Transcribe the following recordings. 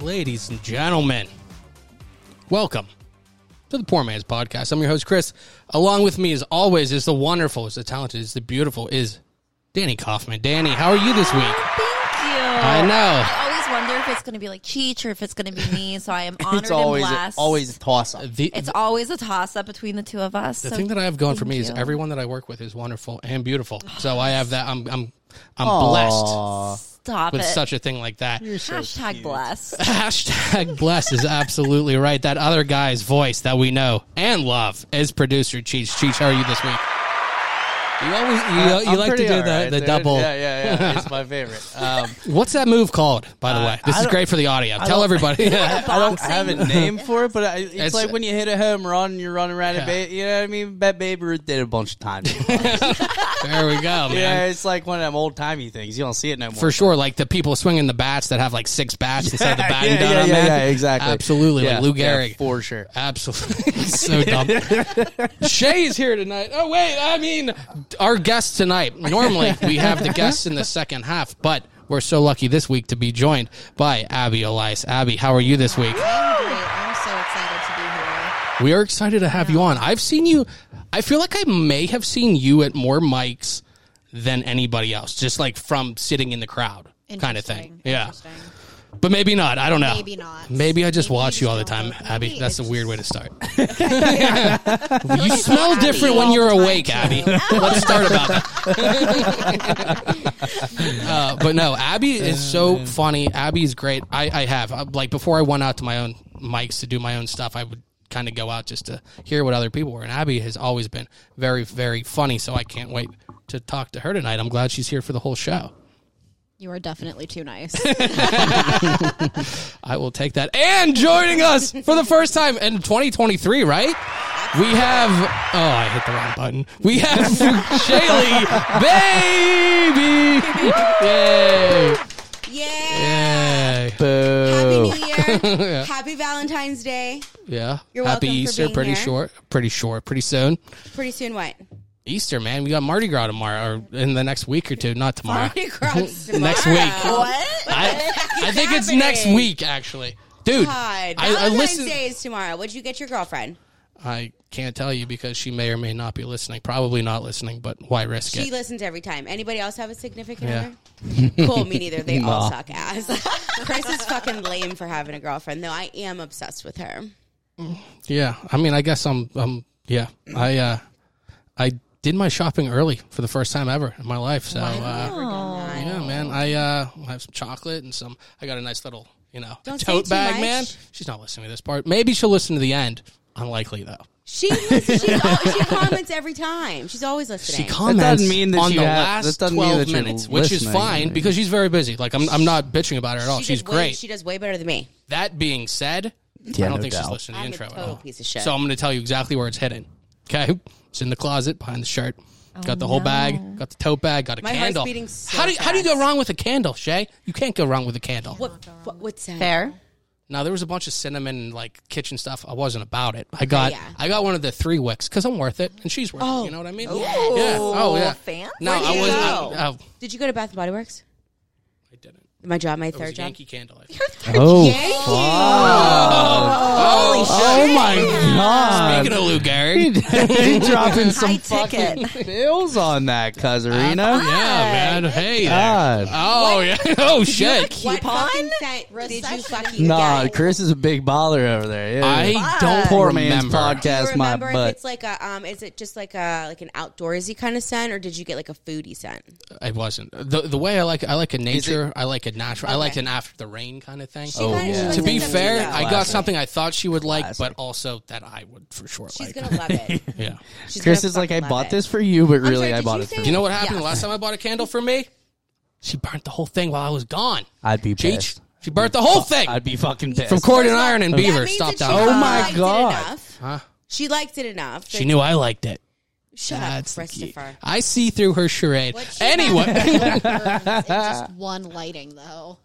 Ladies and gentlemen, welcome to the Poor Man's Podcast. I'm your host, Chris. Along with me, as always, is the wonderful, is the talented, is the beautiful, is Danny Kaufman. Danny, how are you this week? Thank you. I know. I always wonder if it's going to be like Cheech or if it's going to be me. So I am honored It's always and blessed. always a toss up. The, It's always a toss up between the two of us. the so thing that I have going for thank me is you. everyone that I work with is wonderful and beautiful. So I have that. I'm I'm I'm blessed stop with it. such a thing like that. Hashtag blessed. Hashtag blessed is absolutely right. That other guy's voice that we know and love is producer Cheech. Cheech, how are you this week? You Uh, always you, you like to do the, the double. Yeah, yeah, yeah. It's my favorite. Um, What's that move called? By the way, this Uh, I is don't- great for the audio. Tell everybody. I don't have a name for it, but I, it's, It's- like when you hit a home run and you're running around. Yeah. Yeah. Ba- you know what I mean? Bet Babe Ruth did it a bunch of times. there we go, man. yeah, it's like one of them old timey things. You don't see it no more. For sure, like the people swinging the bats that have like six bats instead of the batting yeah, done yeah, on yeah, that. yeah, exactly. Absolutely, yeah, like Lou yeah, Gehrig. for sure. Absolutely. so dumb. Shay is here tonight. Oh, wait. I mean, our guest tonight. Normally, we have the guests in the second half, but we're so lucky this week to be joined by Abby Elias. Abby, how are you this week? I'm great. I'm so excited to be here. We are excited to have you on. I've seen you, I feel like I may have seen you at more mics than anybody else, just like from sitting in the crowd kind of thing. Interesting. Yeah. Interesting. But maybe not. I don't know. Maybe not. Maybe I just Maybe watch you you all the just time, don't like Abby. me. That's a It's weird way to start. you smell different when all you're the time, awake, too. Abby. Let's start about that. uh, but no, Abby is so funny. Abby is great. I, I have uh, like before I went out to my own mics to do my own stuff. I would kind of go out just to hear what other people were, and Abby has always been very, very funny. So I can't wait to talk to her tonight. I'm glad she's here for the whole show. You are definitely too nice. I will take that. And joining us for the first time in 2023, right? We have oh, I hit the wrong button. We have Shaylee, baby, yay, Yeah. yay, Happy New Year. Happy Valentine's Day. yeah. You're Happy welcome for Easter, being pretty here. short, pretty short, pretty soon. Pretty soon, what? Easter, man, we got Mardi Gras tomorrow, or in the next week or two, not tomorrow. Mardi Gras tomorrow. Next week. What? I, I think it's next happening? week, actually, dude. God. I, I Valentine's listen. Day is tomorrow. What'd you get your girlfriend? I can't tell you because she may or may not be listening. Probably not listening, but why risk She it? listens every time. Anybody else have a significant Yeah. other? Cool, me neither. They all suck ass. Chris is fucking lame for having a girlfriend, though. I am obsessed with her. Yeah, I mean, I guess I'm. Um, yeah, I uh, I did my shopping early for the first time ever in my life. So uh, yeah, man, I uh, I have some chocolate and some. I got a nice little you know Don't say tote too bag, much. man. She's not listening to this part. Maybe she'll listen to the end. Unlikely though. She listens, she's al- she comments every time. She's always listening. She comments mean that on you the have- that last doesn't mean twelve that you're minutes, which is listening. fine because she's very busy. Like I'm, I'm not bitching about her at all. She Oh, she's did way- great. She does way better than me. That being said, I don't think she's listening to the I'm a intro at total all. piece of shit. So I'm going to tell you exactly where it's hidden. Okay, it's in the closet behind the shirt. got the whole bag. Got the tote bag. Got a Oh, My heart's candle. beating so how do you, how do you go fast. wrong with a candle, Shay? You can't go wrong with a candle. What, what, what's that? Fair. Now there was a bunch of cinnamon and like kitchen stuff. I wasn't about it. I got yeah. I got one of the three wicks because I'm worth it, and she's worth it. You know what I mean? Yeah. Ooh, Oh yeah. fancy. No, Where'd I you was. go? I, oh, Did you go to Bath and Body Works? I didn't. It My job, my was third a job. Yankee candle. I think. Oh, Oh, Holy shit! my Oh, god! Speaking of Lou Gehrig, He dropping High some ticket. bills on that, Cuzarino. Uh, yeah, man. Hey, there. God. Oh yeah. Oh shit. What Coupon? fucking cent did you fucking Nah, get? Chris is a big baller over there. Yeah, I don't poor man's remember. podcast. Do you My remember if butt. it's like a um? Is it just like a like an outdoorsy kind of scent, or did you get like a foodie scent? It wasn't the the way I like. I like a nature. I like a natural. I like Okay. an after the rain kind of thing. Oh, kinda- she likes To be it that fair, way, I got Classic. something I thought she would like, Classic. but also that I would for sure like. She's gonna love it. yeah. She's Chris gonna is like, I fucking love bought it. this for you, but sorry, really, I did bought you it say for You know what happened Yes. last time I bought a candle for me? She burnt the whole thing while I was gone. I'd be Cheech, pissed. She burnt the whole thing I'd be fucking pissed. from cord and iron and That beaver. means Stop that that. she Oh my liked it God. enough. She liked it enough. She knew I liked it. Shut That's up, the key. Christopher. I see through her charade. What she Anyway, had was just one lighting though.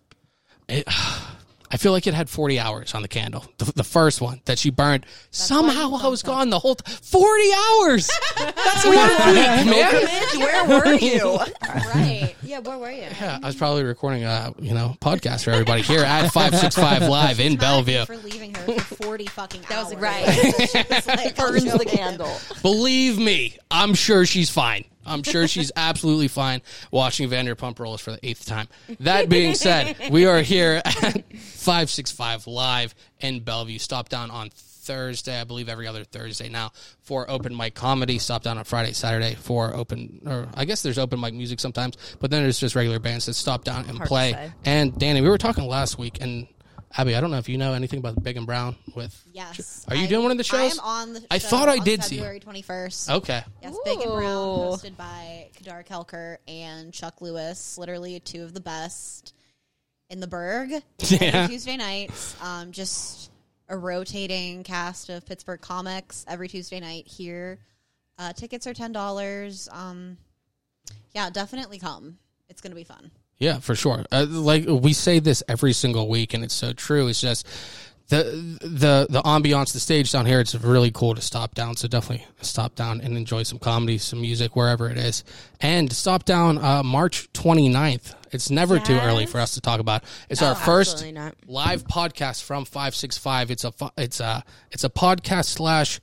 I feel like it had 40 hours on the candle. The, the first one that she burned. Somehow I was gone the whole t- 40 hours. That's one week, man. Mitch, where were you? Right. yeah, where were you? Yeah, I was probably recording a you know podcast for everybody here at 565 Live in Bellevue. For leaving her for forty fucking That was hours. right. burns the candle. Believe me, I'm sure she's fine. I'm sure she's absolutely fine watching Vanderpump Rules for the eighth time. That being said, we are here at 565 Live in Bellevue. Stop down on Thursday, I believe every other Thursday now for open mic comedy. Stop down on Friday, Saturday for open, or I guess there's open mic music sometimes, but then there's just regular bands that stop down and play. say. And Danny, we were talking last week, and Abby, I don't know if you know anything about Big and Brown with. Yes. Are you I- doing one of the shows? I am on the I show thought I on did see Oh. it. February twenty first. Okay. Yes, Big and Brown, Ooh. hosted by Kadar Kelker and Chuck Lewis. Literally two of the best in the Berg. Yeah. Every Tuesday nights. Um, just a rotating cast of Pittsburgh comics every Tuesday night here. Uh, tickets are $10. Um, yeah, definitely come. It's going to be fun. Yeah, for sure. Uh, like we say this every single week, and it's so true. It's just the the the ambiance, the stage down here. It's really cool to stop down. So definitely stop down and enjoy some comedy, some music, wherever it is. And stop down uh, March 29th. It's never too early for us to talk about. It's our first Oh, absolutely not. live podcast from Five Six Five. It's a fu- it's a it's a podcast slash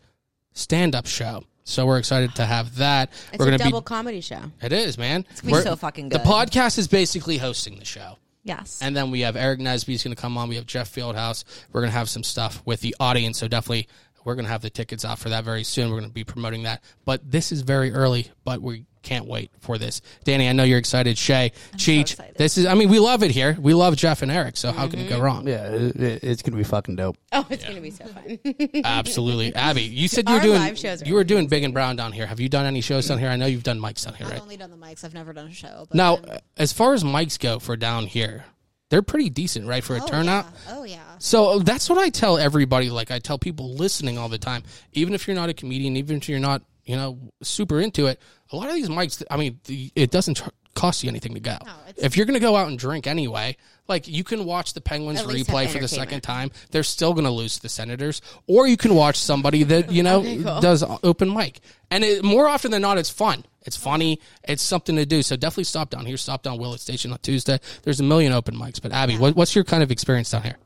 stand up show. So we're excited to have that. It's we're a gonna double be. comedy show. It is, man. It's gonna be so fucking The good. podcast is basically hosting the show. Yes. And then we have Eric Nesby's going to come on. We have Jeff Fieldhouse. We're going to have some stuff with the audience. So definitely, we're going to have the tickets out for that very soon. We're going to be promoting that. But this is very early, but we can't wait for this. Danny, I know you're excited. Shay, Cheech, excited. Mm-hmm. this is, I mean, we love it here. We love Jeff and Eric. So how can it go wrong? Yeah, it, it- it's gonna be fucking dope. Oh, it's gonna be so fun. Absolutely. Abby, you said you were Our doing, live shows are you were doing big and brown down here. Have you done any shows down here? I know you've done mics down here, right? I've only done the mics. I've never done a show. But Now, I'm- as far as mics go for down here, they're pretty decent, right, for a turnout? oh, yeah. So uh, that's what I tell everybody. Like I tell people listening all the time, even if you're not a comedian, even if you're not, you know, super into it, a lot of these mics, I mean, the, it doesn't tr- cost you anything to go. it's- if you're going to go out and drink anyway, like you can watch the Penguins At least have replay for the second entertainment. time. They're still going to lose to the Senators. Or you can watch somebody that, you know, does open mic. And it, more often than not, it's fun. It's funny. It's something to do. So definitely stop down here. Stop down Willett Station on Tuesday. There's a million open mics. But Abby, what, what's your kind of experience down here?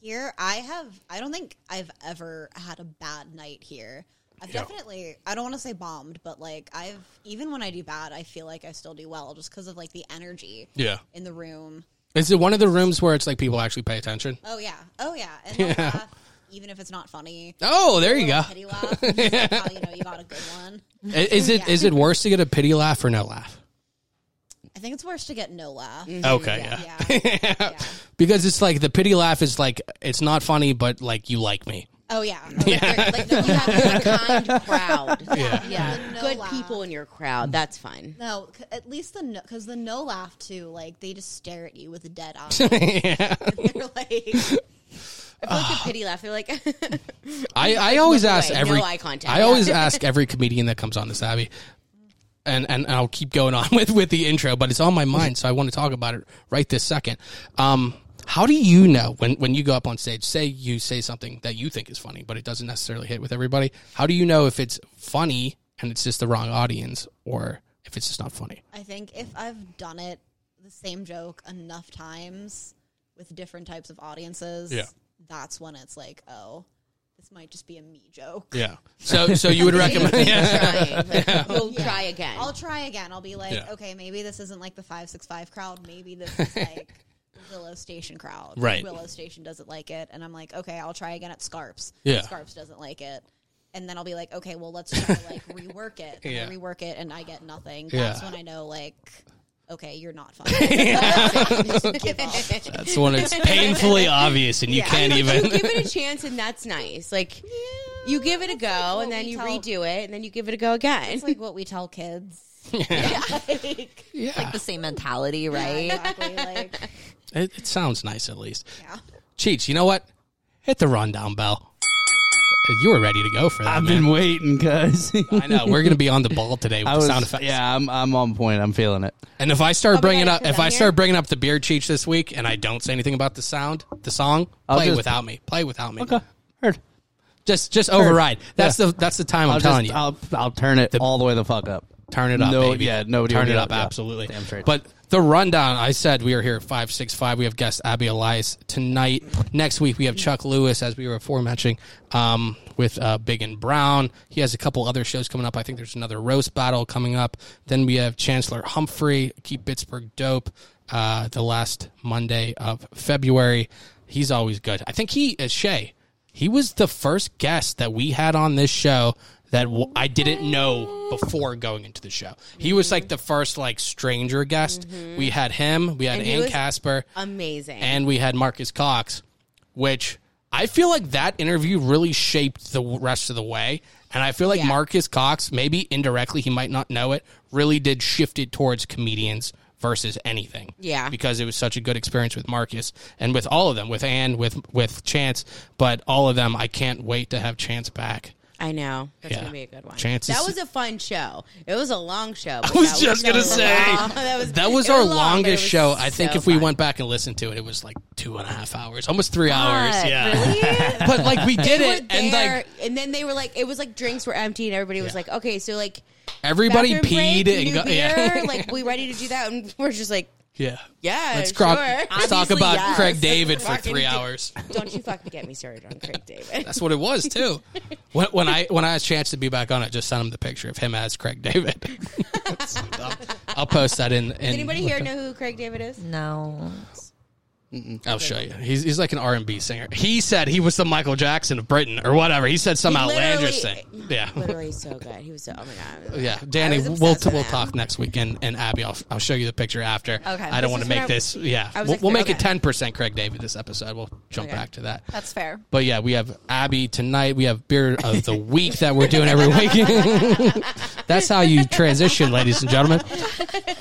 Here, I have. I don't think I've ever had a bad night here. I've definitely. I don't want to say bombed, but like I've even when I do bad, I feel like I still do well just because of like the energy. Yeah. In the room. Is it one of the rooms where it's like people actually pay attention? Oh yeah. Oh yeah. And they'll laugh, even if it's not funny. Oh, there you go. Pity laugh. Just like how you know you got a good one. I- Is it is it worse to get a pity laugh or no laugh? I think it's worse to get no laugh. Okay, Yeah. yeah. Because it's like the pity laugh is like it's not funny, but like you like me. Oh yeah. They're- like, you have a kind crowd. Yeah, The no good laugh. people in your crowd. That's fun. No, c- at least the no, because the no laugh too. Like they just stare at you with a dead eye. They're like, I feel like a pity laugh. They're like, I, I always Look ask away, every no eye contact. I always ask every comedian that comes on this Abby. And, and I'll keep going on with, with the intro, but it's on my mind, so I want to talk about it right this second. Um, how do you know when, when you go up on stage, say you say something that you think is funny, but it doesn't necessarily hit with everybody? How do you know if it's funny and it's just the wrong audience or if it's just not funny? I think if I've done it the same joke enough times with different types of audiences, Yeah. that's when it's like, oh, this might just be a me joke. Yeah. So so you would recommend trying. Like, We'll try again. I'll try again. I'll be like, Yeah. okay, maybe this isn't like the five six five crowd. Maybe this is like Willow Station crowd. Right. Willow Station doesn't like it, and I'm like, okay, I'll try again at Scarps. Yeah. Scarps doesn't like it, and then I'll be like, okay, well, let's try to like rework it. And I Yeah. rework it, and I get nothing. Yeah. That's when I know like. Okay, you're not funny. That's when it's painfully obvious and you can't I mean, like, even You give it a chance, and that's nice. Like you give it a go, what and then we you tell- redo it, and then you give it a go again. it's like what we tell kids. Like the same mentality, right? Exactly. Like, It, it sounds nice, at least. Yeah. Cheech, you know what? Hit the rundown bell. You were ready to go for that. I've man. been waiting, cuz. I know we're gonna be on the ball today with I the was, sound effects. yeah, I'm, I'm on point. I'm feeling it. And if I start Oh, bringing yeah, up, because if I'm I here. start bringing up the beer cheech this week, and I don't say anything about the sound, the song, I'll play just- without me. Play without me. Okay, heard. Just, just override. That's the, that's the time I'm I'll telling just, you. I'll, I'll turn it all the way the fuck up. Turn it up, No, baby. yeah, nobody Turn will it do up, it, yeah. absolutely. Damn straight. But the rundown. I said we are here at five six five. We have guest Abby Elias tonight. Next week we have Chuck Lewis, as we were aforementioning, um, with uh, Big and Brown. He has a couple other shows coming up. I think there's another roast battle coming up. Then we have Chancellor Humphrey, Keep Pittsburgh Dope, uh, the last Monday of February. He's always good. I think he is Shay. He was the first guest that we had on this show that w- I didn't know before going into the show. He was like the first like stranger guest. We had him, we had Mm-hmm. And he Ann was Casper, Amazing. and we had Marcus Cox, which I feel like that interview really shaped the w- rest of the way. And I feel like Marcus Cox, maybe indirectly, he might not know it, really did shift it towards comedians versus anything. Yeah. Because it was such a good experience with Marcus and with all of them, with Ann, with with Chance, but all of them, I can't wait to have Chance back. I know. That's Yeah. going to be a good one. Chances- That was a fun show. It was a long show. I was just gonna say that was, that was it our long, but it longest was show. I think so if we fun. went back and listened to it, it was like two and a half hours, almost three hours. God, Yeah, but like we did They were it, and there, like and then they were like, it was like drinks were empty, and everybody was Yeah. like, okay, so like everybody bathroom peed break, and new got yeah, beer, like we ready to do that, and we're just like, yeah. yeah, Let's, sure. cro- let's talk Obviously, about yes. Craig David for Fucking three do- hours. Don't you fucking get me started on Craig David. That's what it was too. When, when I when I asked Chance to be back on, I just sent him the picture of him as Craig David. It's so dumb. I'll post that in. in Does anybody here know who Craig David is? No. I'll show you. He's, he's like an R and B singer. He said he was the Michael Jackson of Britain or whatever. He said some He outlandish thing. literally- Yeah. Literally so good. He was so. Oh my god. Yeah, Danny, was obsessed we'll with we'll him. talk next week, and, and Abby, I'll, I'll show you the picture after. Okay, I This don't want is to what make I- this. Yeah, I was we'll, we'll make it expecting- ten percent Craig David this episode. We'll jump Okay. back to that. That's fair. But yeah, we have Abby tonight. We have beer of the week that we're doing every week. That's how you transition, ladies and gentlemen.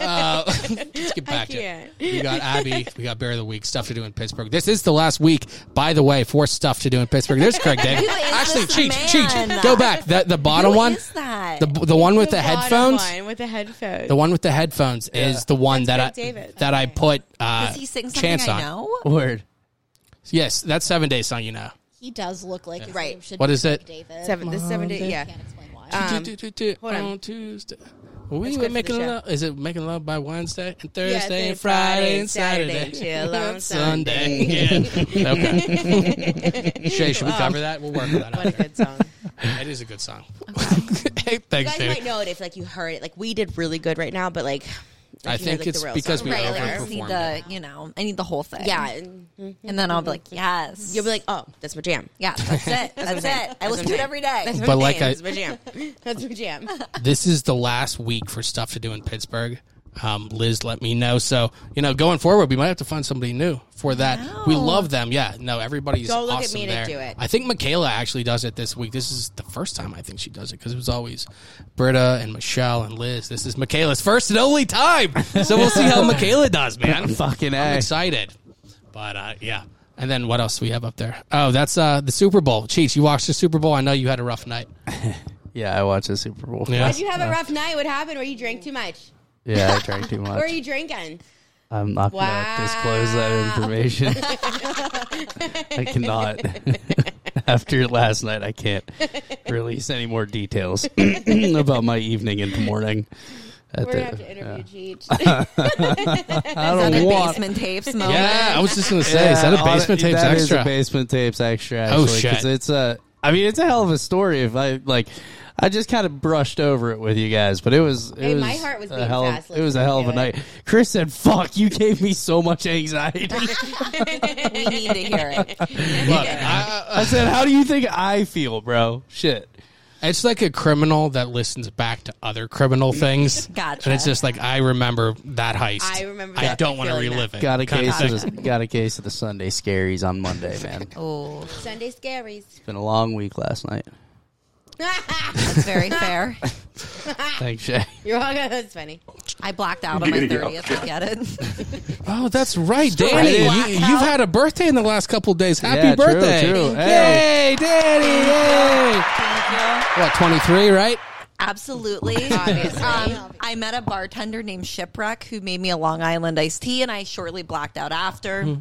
Uh, let's get back to it. can't. We got Abby. We got beer of the week. Stuff to do in Pittsburgh. This is the last week, by the way, for stuff to do in Pittsburgh. There's Craig David. Who is Actually, this Cheech, Cheech, man? go back. The the bottom Who one. is that? The the one with the, headphones. With the headphones. The one with the headphones is the one that Craig I David. that I put. Uh, Does he sing something Chance on. I know? Word. Yes, that's seven days song. You know. He does look like his Right. name should What be is it? Craig David. Seven. The seven day. Yeah. Can't explain why. Um, Do, do, do, do. hold on. on. Tuesday. We good were for the making show. love. Is it making love by Wednesday and Thursday Yeah, then and Friday and Friday, Saturday? chill on Sunday. Yeah. okay. Shay, should we cover that? We'll work on that. Oh. What a After. good song. It is a good song. hey, You thanks, guys Danny. might know it if like you heard it. Like we did really good right now, but like I if you think heard, like, it's the real because song. we Right, like I just overperformed. need it. the, you know, I need the whole thing. Yeah, and And then I'll be like, yes. you'll be like, oh, that's my jam. yeah, that's it. That's it. I That's listen to it what I'm every day. That's my But, like, jam. I- that's my jam. That's my jam. this is the last week for stuff to do in Pittsburgh. Um, Liz let me know. So, you know, going forward, we might have to find somebody new for that. We love them. Yeah. No, everybody's Don't look at awesome me to there. do it. I think Michaela actually does it this week. This is the first time I think she does it because it was always Britta and Michelle and Liz. This is Michaela's first and only time. So we'll see how Michaela does, man. Fucking I'm A. excited. But uh, yeah. And then what else do we have up there? Oh, that's uh, the Super Bowl. Cheech, you watched the Super Bowl. I know you had a rough night. Yeah, I watched the Super Bowl. Yeah. Did you have a rough night? What happened? Were you drank too much? Yeah, I drank too What were much. you drinking? I'm not Wow. gonna disclose that information. I cannot. After last night, I can't release any more details about my evening and morning. At We're gonna the- have to interview Cheech. I Is that don't a want. basement tapes moment? Yeah, I was just gonna say, is that a all that- basement tapes that is extra? a basement tapes extra. Oh, Actually, 'cause shit. It's a. I mean, it's a hell of a story. If I like, I just kind of brushed over it with you guys, but it was. It Hey, was my heart was a beating hell of- fast It was a hell of a listening to night. Chris said, "Fuck, you gave me so much anxiety." We need to hear Look, it. I, uh, I said, "How do you think I feel, bro?" Shit. it's like a criminal that listens back to other criminal things. Gotcha. And it's just like I remember that heist. I remember I that don't want to feeling relive it. Got a Kinda case thing. of the, got a case of the Sunday scaries on Monday, man. It's Oh, Sunday scaries. been a long week last night. that's very fair. Thanks, Shay. You're all gonna. That's funny. I blacked out on my 30th. I get it. Oh, that's right, Danny. You, Blackout. you've had a birthday in the last couple of days. Happy Yeah, true, birthday! true. Yay, Danny! Yay! What, twenty three? Right? Absolutely. um, I met a bartender named Shipwreck who made me a Long Island iced tea, and I shortly blacked out after. Hmm.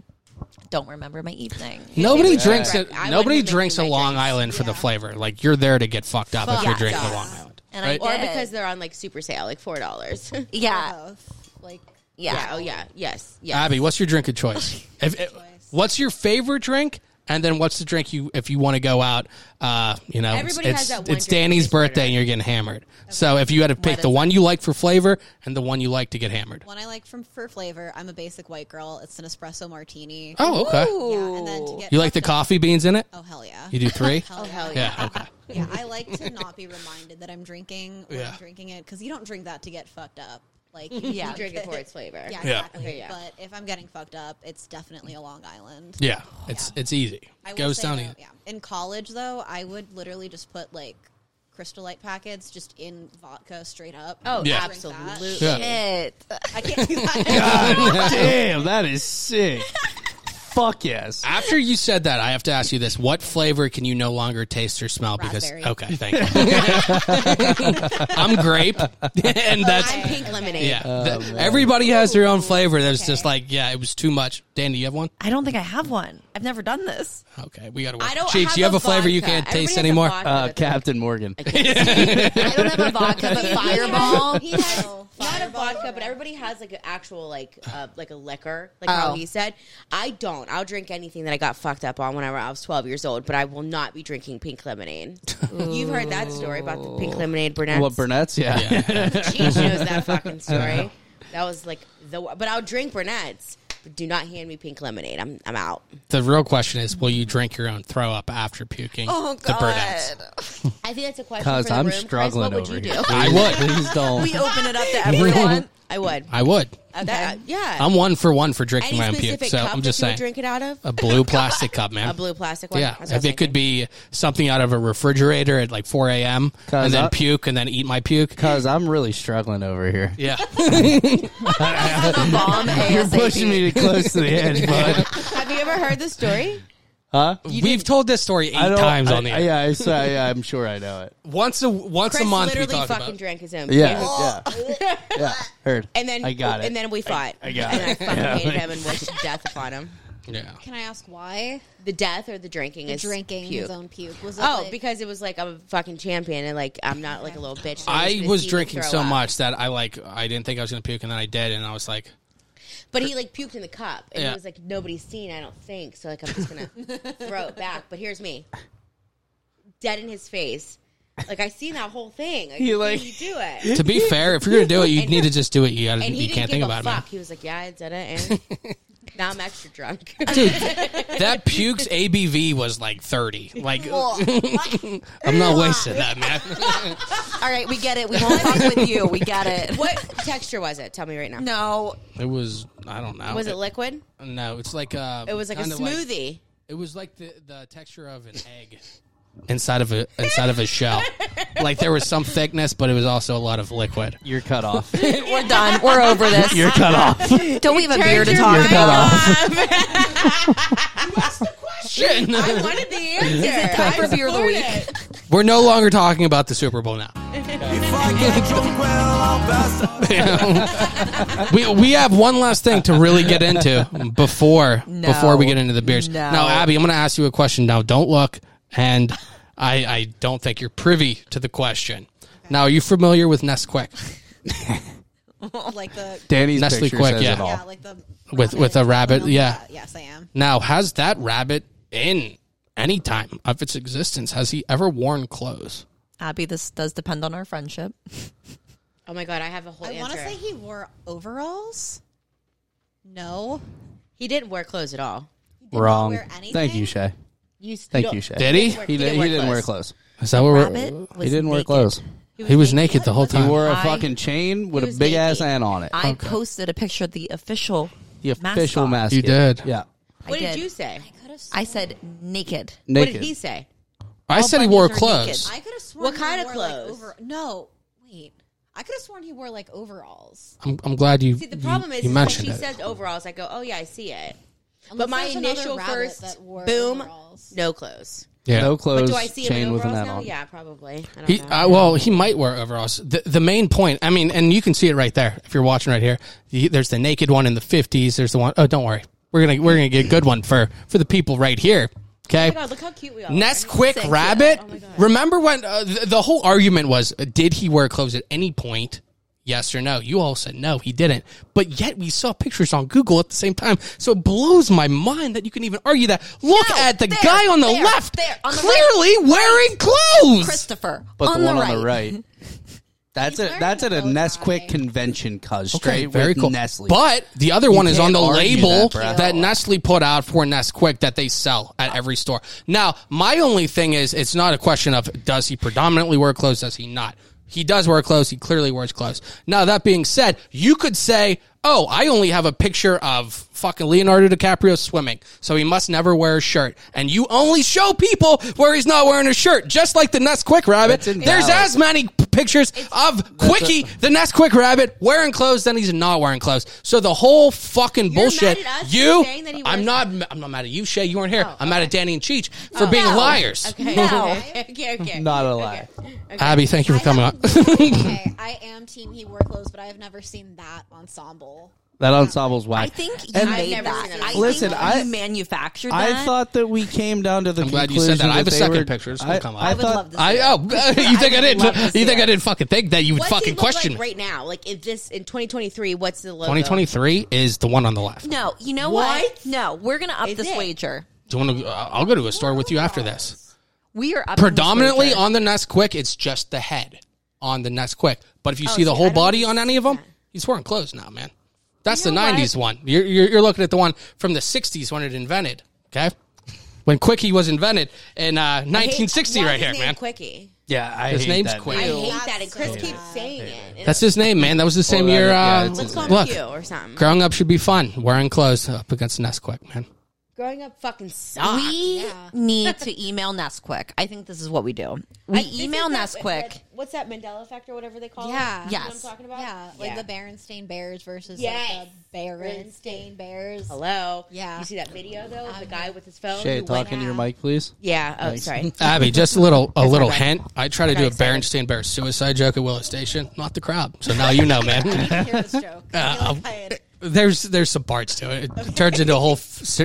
Don't remember my evening. Nobody favorite drinks drink. it. I Nobody wouldn't even drinks a drink my Long drinks. Island for the flavor. Like you're there to get fucked up if you're Fucked drinking up. a Long Island. And right? I or did. because they're on like super sale, like four dollars. yeah, Both. Like, yeah. yeah. Oh yeah. Yes. Yes. Abby, what's your drink of choice? if, if- what's your favorite drink? And then what's the drink you if you want to go out? Uh, you know, it's Everybody has it's, that one it's drink Danny's they order. birthday and you're getting hammered. So if you had to pick the one you like for flavor and the one you like to get hammered. one I like from for flavor, I'm a basic white girl. It's an espresso martini. Oh, okay. Yeah, and then to get You like the fucked up- coffee beans in it? Oh hell yeah! You do three? Hell yeah. Oh, Hell yeah. yeah, okay. Yeah, I like to not be reminded that I'm drinking when Yeah. I'm drinking it because you don't drink that to get fucked up. Like, you Yeah. You drink it for its flavor. Yeah, Yeah. exactly. Okay, yeah. But if I'm getting fucked up, it's definitely a Long Island. Yeah, it's it's easy. I will Goes say, down though, easy. Yeah. In college, though, I would literally just put like Crystal Light packets just in vodka straight up. Oh, Yeah. absolutely. Yeah. It. I can't do that. Damn, that is sick. Fuck yes. After you said that, I have to ask you this: What flavor can you no longer taste or smell? Because Raspberry. okay, thank you. I'm grape, and that's I'm pink lemonade. yeah. Oh, Th- everybody has their own flavor. That was just like yeah, it was too much. Dan, do you have one? I don't think I have one. I've never done this. Okay, we got to work. I don't. Cheeks, have you have a flavor vodka. you can't Everybody taste has a anymore. vodka Uh, that's- Captain Morgan. I don't have a vodka, but Fireball. He has not a vodka, but everybody has like an actual like uh, like a liquor, like how Oh. he said. I don't. I'll drink anything that I got fucked up on when I were- I was twelve years old, but I will not be drinking pink lemonade. You've heard that story about the pink lemonade Burnett. What Burnett's? Yeah. Cheech knows that fucking story. That was like the. But I'll drink Burnett's. But do not hand me pink lemonade. I'm I'm out. The real question is: Will you drink your own throw up after puking Oh, the burnouts? I think that's a question Cause for the I'm room. Chris, struggling what would over you here. do? I would. Please don't. We open it up to everyone. I would. I would. That- yeah. I'm one for one for drinking Any my own puke. specific So cup I'm just that saying, you would drink it out of? a blue plastic cup, man. a blue plastic one. Yeah, That's what I if was it could thinking. be something out of a refrigerator at like 4 a.m. and Cause then I- puke and then eat my puke. Cause I'm really struggling over here. Yeah, Bomb You're ASAP. pushing me to close to the edge, bud. Have you ever heard the story? we've told this story I eight don't- times I- on the I- air. Yeah, I, so- I, I'm sure I know it. Once a once Chris a month, we literally talk fucking about. drank his own. Yeah, puke. yeah, yeah. Heard. And then I got it. And then we fought. I got and it. I fucking Yeah. hated him and wished death upon him. Yeah, Can I ask why? The death or the drinking is Drinking puke. his own puke. Was it Oh, like- because it was like I'm a fucking champion and like I'm not like a little bitch. that I gonna was see me drinking throw so up. much that I like I didn't think I was gonna puke and then I did and I was like, but he like puked in the cup and Yeah. he was like nobody's seen. I don't think so. Like I'm just gonna throw it back. But here's me, dead in his face. Like I seen that whole thing. Like, He, you like- do it. to be fair, if you're gonna do it, you need to just do it. You gotta, And he you didn't can't give think a about it, man. fuck. He was like, yeah, I did it, and now I'm extra drunk. That puke's ABV was like 30. Like, I'm not wasting that, man. All right, we get it. We won't fuck with you. We get it. What texture was it? Tell me right now. No, It was I don't know. Was it liquid? No, it's like uh, It was like a kinda smoothie. It was like the, the texture of an egg inside of a inside of a shell. like there was some thickness, but it was also a lot of liquid. You're cut off. we're done. We're over this. You're cut off. Don't we have a beer to your talk You're cut about? off. Shit. I wanted the answer. Time for beer of the week. We're no longer talking about the Super Bowl now. If I get drunk, well, I'll pass out. We we have one last thing to really get into before No. before we get into the beers. No. Now, Abby, I'm going to ask you a question. Now, don't look, and I I don't think you're privy to the question. Now, are you familiar with Nesquik like the Danny's Nestle picture Quick, says yeah. it all. yeah, like the with with a rabbit? Yeah. Yeah. Yes, I am. Now, has that rabbit in any time of its existence has he ever worn clothes? Abby, this does depend on our friendship. Oh my god, I have a whole I want answer. to say he wore overalls. No, he didn't wear clothes at all. Wrong. wear anything? Thank you, Shay. You, Thank you, Shay. Did he? He, He, did, he didn't wear clothes. Is that what Rabbit we're, was he didn't wear naked. clothes. he was naked the whole He time? wore a I- fucking chain with a was big ass naked. ant on it. I posted a picture of the official The official mascot. mask. You did. Yeah. What did, did. you say? I said naked. Naked. What did he say? I said he bunnies wore are naked. clothes. I could have sworn. What he kind of wore, like, clothes? over- no, wait. I could have sworn he wore like overalls. I'm, I'm glad you. See, the problem you, is, you is when mentioned she it. says overalls, I go, oh yeah, I see it. Unless but my there's another initial rabbit first that wore boom, overalls. no clothes. yeah. No clothes, Do I see him chain in with an overalls add now? on. Yeah, probably. I don't He, know. uh, well, he might wear overalls. The, the main point, I mean, and you can see it right there if you're watching right here. The- There's the naked one in the 50s. There's the one oh don't worry, we're gonna we're gonna get a good one for for the people right here. Okay. oh my god, look how cute we are. Nesquik Rabbit. Remember when uh, the, the whole argument was uh, did he wear clothes at any point? Yes or no? You all said no, he didn't. But yet we saw pictures on Google at the same time. So it blows my mind that you can even argue that. Look No, at the there, guy on the there, left, there, on the clearly right, wearing clothes. Christopher But on the the, one right. on the right. That's it. wearing That's at a clothes, Nesquik Ronnie. convention, cuz Okay, straight very with cool. Nestle. But the other one is on can't the argue label that, bro. that, Nestle put out for Nesquik that they sell at every store. Now, my only thing is, it's not a question of does he predominantly wear clothes, does he not? He does wear clothes. He clearly wears clothes. Now, that being said, you could say, oh, I only have a picture of fucking Leonardo DiCaprio swimming, so he must never wear a shirt. And you only show people where he's not wearing a shirt, just like the Nesquik rabbit. That's invalid. There's as many p- pictures of Quickie, the next Quick Rabbit, wearing clothes, then he's not wearing clothes. So the whole fucking You're bullshit. mad at us you, for saying that he I'm wears- not. I'm not mad at you, Shay. You weren't here. I'm mad at Danny and Cheech for being liars. Okay. No. okay, okay. Oh. Not a lie. Abby, thank you for I coming on. haven't really- okay, I am team he wore clothes, but I have never seen that ensemble. That ensemble's whack. I think you And made never seen that. it. I Listen, think I- you manufactured that. I thought that we came down to the. I'm glad you said conclusion that. I have a they second were- picture. It's gonna I, come up. I I would thought- love to see I it. oh, you think I, would didn't? love to see You think I it. didn't fucking think that you would What's he fucking look question like me? right now? Like in this in 2023, what's the logo? 2023 is the one on the left. no, you know What? what? No, we're gonna up Is this it? wager. Do you want to? I'll go to a store with you after this. We are up predominantly this wager. on the Nesquik, it's just the head on the Nesquik. But if you see the Oh, see, I whole don't body even on see any of them, that. he's wearing clothes now, man. That's the '90s one. You're, you're you're looking at the one from the '60s when it invented. Okay, when Quickie was invented in uh, 1960, Why is right his here, name man. Quickie. Yeah, I His hate name's that Quinn. I Ew. hate That's that, and Chris so keeps bad. saying it. That's his name, man. That was the same Oh, that- year. yeah, Uh, it's Let's his call him look, Q or something. growing up should be fun. Wearing clothes up against Nesquik, man. Growing up fucking sucks. Ah. We need to email Nesquik. I think this is what we do. We I- this email is that- that- Nesquik. What's that Mandela effect or whatever they call it? Yeah. You know Yes. what I'm talking about? Yeah, like the Berenstain Bears versus Yes. like the Berenstain Bears. Hello. Yeah. You see that video though? of the guy with his phone. Shay, who talk went- into your mic, please. Um, Yeah. Oh, sorry. Abby, just a little a little right. hint. I try to do a excited. Berenstain Bear suicide joke at Willow Station, not the crowd. So now you know, man. Hear this joke. I feel like I had- Uh, There's there's some parts to it. It turns into a whole f-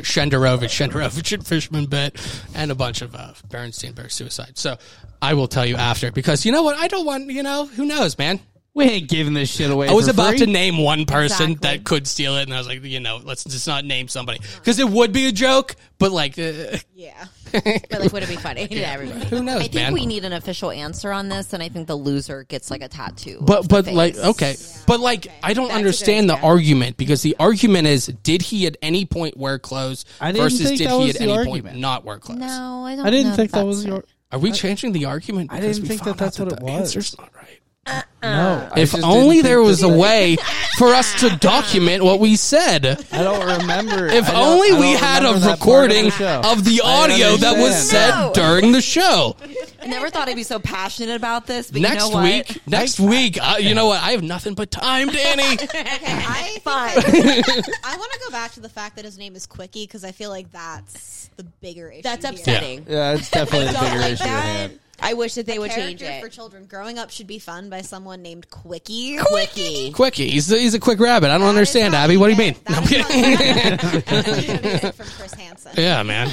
Shenderovich, Shenderovich and Fishman bit, and a bunch of uh, Bernstein Bear suicide. So I will tell you after because you know what I don't want. You know who knows, man. We ain't giving this shit away. I was for about free. to name one person Exactly. that could steal it, and I was like, you know, let's just not name somebody because it would be a joke. But like, uh, yeah. but like, would it be funny to everybody? who knows, I think man? we need an official answer on this, and I think the loser gets like a tattoo. of but the but face. like okay, but like I don't understand the argument because the argument is did he at any point wear clothes I didn't versus think did that he was at the any point argument. not wear clothes? no, I don't. I know didn't think that was that's your. it. Are we changing the argument? I because we didn't think found that that's out what it the was. Answer's not right. No, Oh. I If just only didn't there think was that a it- way for us to document what we said. I don't remember. If I don't- only I we don't had a remember that part recording of the, show. of the I audio that was said understand. No. during the show. I never thought I'd be so passionate about this. But next you know what? week, next week, uh, you know what? I have nothing but time, Danny. I Fine. I want to go back to the fact that his name is Quickie because I feel like that's the bigger issue. That's here. upsetting. Yeah, it's definitely a bigger issue. at hand. I wish that they would change Character it. for children growing up should be fun by someone named Quickie. Quickie. Quickie, he's a, he's a quick rabbit. I don't That is understand, not Abby. What do you mean? music. No, I'm That kidding. is not music. That's music from Chris Hansen. Yeah, man.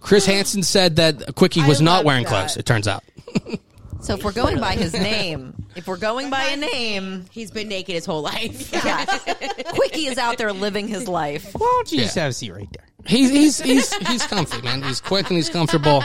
Chris Hansen said that Quickie was I not love wearing that. clothes. It turns out. so if we're going by his name, if we're going by a name, He's been naked his whole life. Quickie is out there living his life. Why don't you just have a seat right there? He's he's he's he's comfy, man. He's quick and he's comfortable,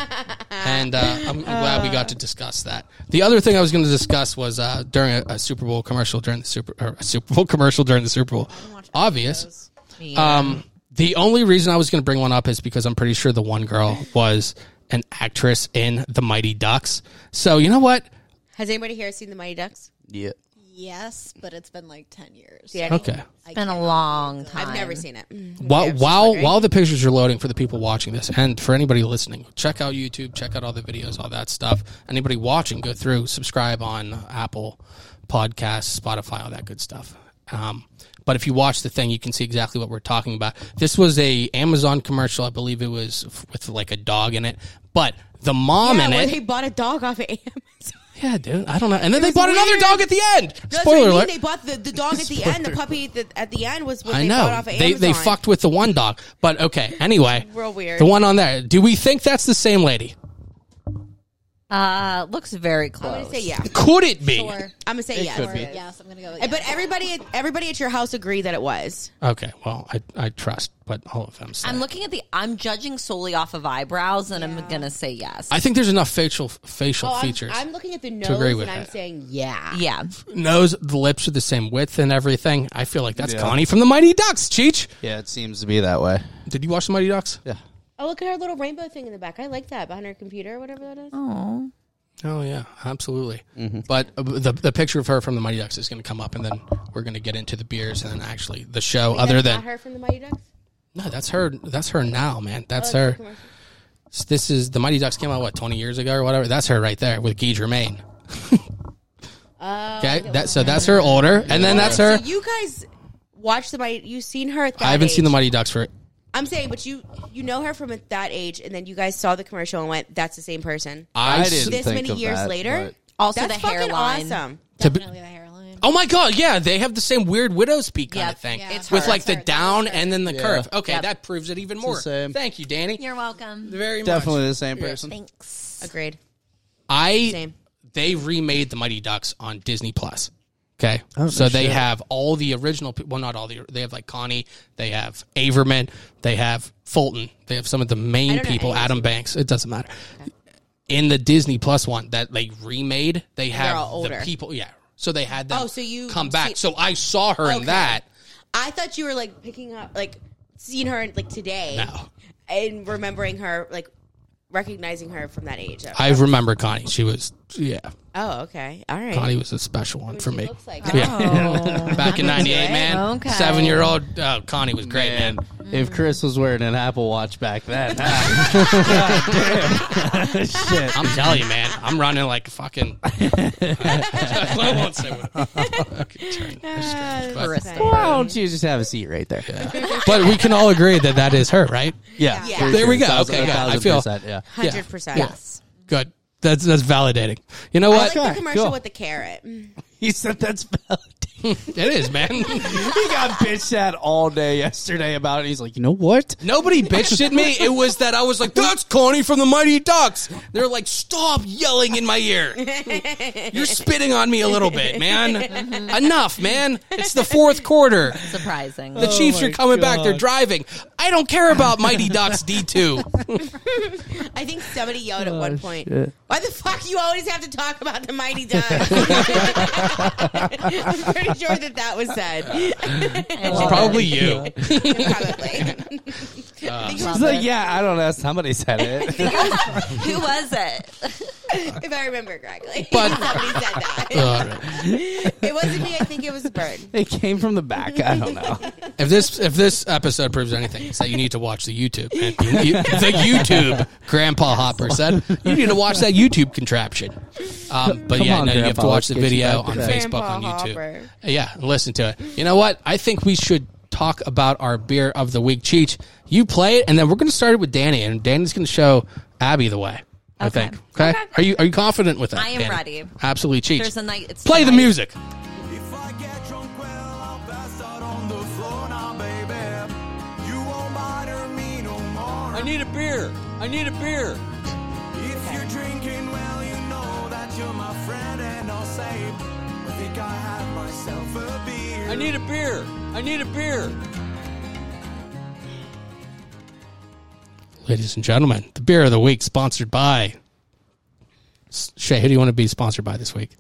and uh, I'm glad we got to discuss that. The other thing I was going to discuss was uh, during a, a Super Bowl commercial during the Super or a Super Bowl commercial during the Super Bowl. Obvious. Um, the only reason I was going to bring one up is because I'm pretty sure the one girl was an actress in The Mighty Ducks. So you know what? Has anybody here seen the Mighty Ducks? Yeah. Yes, but it's been like 10 years. Danny, Okay. It's been a long time. I've never seen it. Mm, While okay, I'm just while, wondering. while the pictures are loading for the people watching this, and for anybody listening, check out YouTube, check out all the videos, all that stuff. Anybody watching, go through, subscribe on Apple Podcasts, Spotify, all that good stuff. Um, but if you watch the thing, you can see exactly what we're talking about. This was a Amazon commercial, I believe it was f- with like a dog in it, but the mom yeah, in where it, they bought a dog off of Amazon. yeah, dude, I don't know. And then they was bought another weird. dog at the end. That's Spoiler what I mean. alert. They bought the, the dog at the end. The puppy at the, at the end was what I they know bought off of they Amazon. they fucked with the one dog, but okay. Anyway, Real weird. The one on there. Do we think that's the same lady? Uh, looks very close. I'm gonna say yeah. Could it be? Sure. I'm gonna say yes. could be. Yes, I'm going to go. with But yes. everybody, at, everybody at your house agreed that it was. Okay. Well, I I trust what all of them say. I'm looking at the. I'm judging solely off of eyebrows, and I'm gonna say yes. I think there's enough facial facial features. Oh, I'm, looking at the nose agree with and I'm it. saying yeah. yeah, Nose, the lips are the same width and everything. I feel like that's Yeah. Connie from the Mighty Ducks. Cheech, Yeah, it seems to be that way. did you watch the Mighty Ducks? Yeah. Oh, look at her little rainbow thing in the back. I like that behind her computer, or whatever that is. Oh yeah, absolutely. But uh, the the picture of her from the Mighty Ducks is going to come up, and then we're going to get into the beers and then actually the show. other That's than not her from the Mighty Ducks. No, that's her. That's her now, man. That's that's her. the commercial. S- This is the Mighty Ducks came out what twenty years ago or whatever. That's her right there with Guy Germain. okay, that, so that's her older, and then that's her. So you guys watch the Mighty. You've seen her. At that I haven't seen the age. Mighty Ducks for. I'm saying, but you you know her from at that age, and then you guys saw the commercial and went, "That's the same person." I, s- didn't this think many of years that, later. Also That's the fucking hairline. awesome. to be- Definitely the hairline. oh my god, yeah, they have the same weird widow's peak kind Yep, of thing. yeah, it's with her. like the That's her, down and then the Yeah. curve. Okay, Yep. that proves it even more. same. Thank you, Danny. you're welcome. Very much. Definitely the same person. Thanks. Agreed. I Same. they remade the Mighty Ducks on Disney Plus. Okay, so they have all the original. pe- Well, not all the. They have like Connie. They have Averman. They have Fulton. They have some of the main don't know people. any of Adam Banks. It doesn't matter. In the Disney Plus one that they remade, they have all the older. people. Yeah, so they had them. Oh, so you come back. see- so I saw her in Okay. that. I thought you were like picking up, like seeing her like today, No. and remembering her, like recognizing her from that age. I remember Connie. She was yeah. oh, okay, all right. Connie was a special one for me. Looks like Yeah. Back in '98, man. Okay. Seven-year-old uh, Connie was great, man. And if Chris was wearing an Apple Watch back then, shit. I'm telling you, man. I'm running like fucking. I won't say what. Okay, turn this Ah, straight, but, Why don't you just have a seat right there? Yeah, but we can all agree that that is her, right? Yeah. Yeah. for There we sure. go. Thousand- Okay, a good. I thousand feel- percent, Yeah. hundred percent. Yes. Good. That's that's validating. You know I what? like the commercial cool. with the carrot. Mm. He said that's validating. It is, man. he got bitched at all day yesterday about it. He's like, you know what? Nobody bitched at me. It was that I was like, "That's Connie from the Mighty Ducks." They're like, "Stop yelling in my ear! You're spitting on me a little bit, man. Enough, man. It's the fourth quarter." Surprising. The Chiefs are coming back. They're driving. I don't care about Mighty Ducks D2. I think somebody yelled at one point, "Why the fuck you always have to talk about the mighty ducks?" I'm pretty sure that that was said. It's probably you. Probably. Uh. He's like, yeah, I don't know. Somebody said it. Who was it? if I remember correctly. But- somebody said that. It wasn't me. I think it was a bird. it came from the back. I don't know. If this if this episode proves anything, it's that you need to watch the YouTube. man. You- you- the YouTube, Grandpa Hopper said, you need to watch that YouTube contraption. Um, but Come yeah, on, no, you have Grandpa, to let's watch the get you video back to on that. Facebook Grandpa on YouTube. Hopper. Yeah, and listen to it. You know what? I think we should talk about our beer of the week. Cheech, you play it, and then we're going to start it with Danny, and Danny's going to show Abby the way. I Okay. think. Okay? Are you are you confident with that? I am Danny? ready. Absolutely, Cheech. There's a night. It's play the tonight. music. If I get drunk, well, I'll pass out on the floor now, baby. You won't bother me no more. I need a beer. I need a beer. If you're drinking, well, you know that you're my friend, and I'll say, I think I have myself a beer. I need a beer. I need a beer. Ladies and gentlemen, the beer of the week sponsored by S- Shay. Who do you want to be sponsored by this week?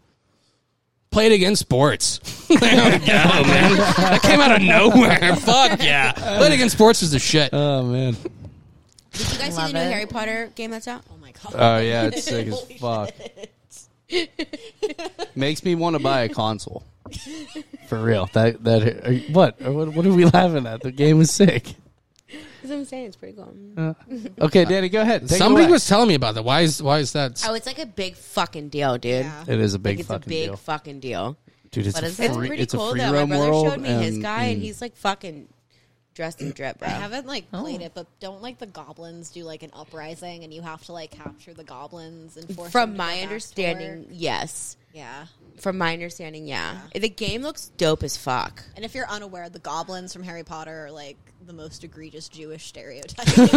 Played against sports. there we go, man. That came out of nowhere. Fuck yeah. Played against sports is the shit. Uh, Oh man. Did you guys Love see the new it. Harry Potter game that's out? Oh my god! Oh yeah, it's sick as fuck. Makes me want to buy a console. For real. That that are you- uh, what Or what what are we laughing at? The game was sick. That's what I'm saying. It's pretty cool. Okay, Danny, go ahead. Take it Somebody away. was telling me about that. Why is why is that? Oh, it's like a big fucking deal, dude. Yeah. It is a big Like it's a fucking big deal, fucking deal. dude. It's But a it's, free, it's pretty it's a cool free though. My roam brother world. showed me his and- guy, and mm. he's like fucking dressed in drip, bro. I haven't like Oh. played it, but don't like the goblins do like an uprising, and you have to like capture the goblins and force them From to go back my to understanding, work. yes. yeah. From my understanding, yeah. The game looks dope as fuck. And if you're unaware, the goblins from Harry Potter are like the most egregious Jewish stereotype, and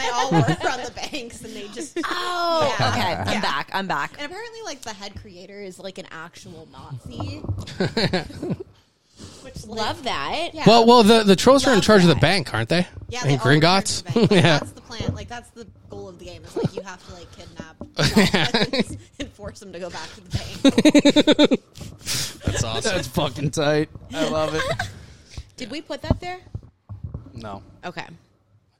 they all work on the banks, and they just Oh, Yeah. okay. I'm back. I'm back. and apparently like the head creator is like an actual Nazi, which like, Love that. Yeah. well, well, the the trolls are in Love charge of that. the bank, aren't they? Yeah, they and all charge Gringotts. you back. Like, yeah, that's the plan. Like that's the goal of the game. Is like you have to like kidnap the goblins and force them to go back to the bank. that's awesome. That's fucking tight. I love it. Did we put that there? No, Okay.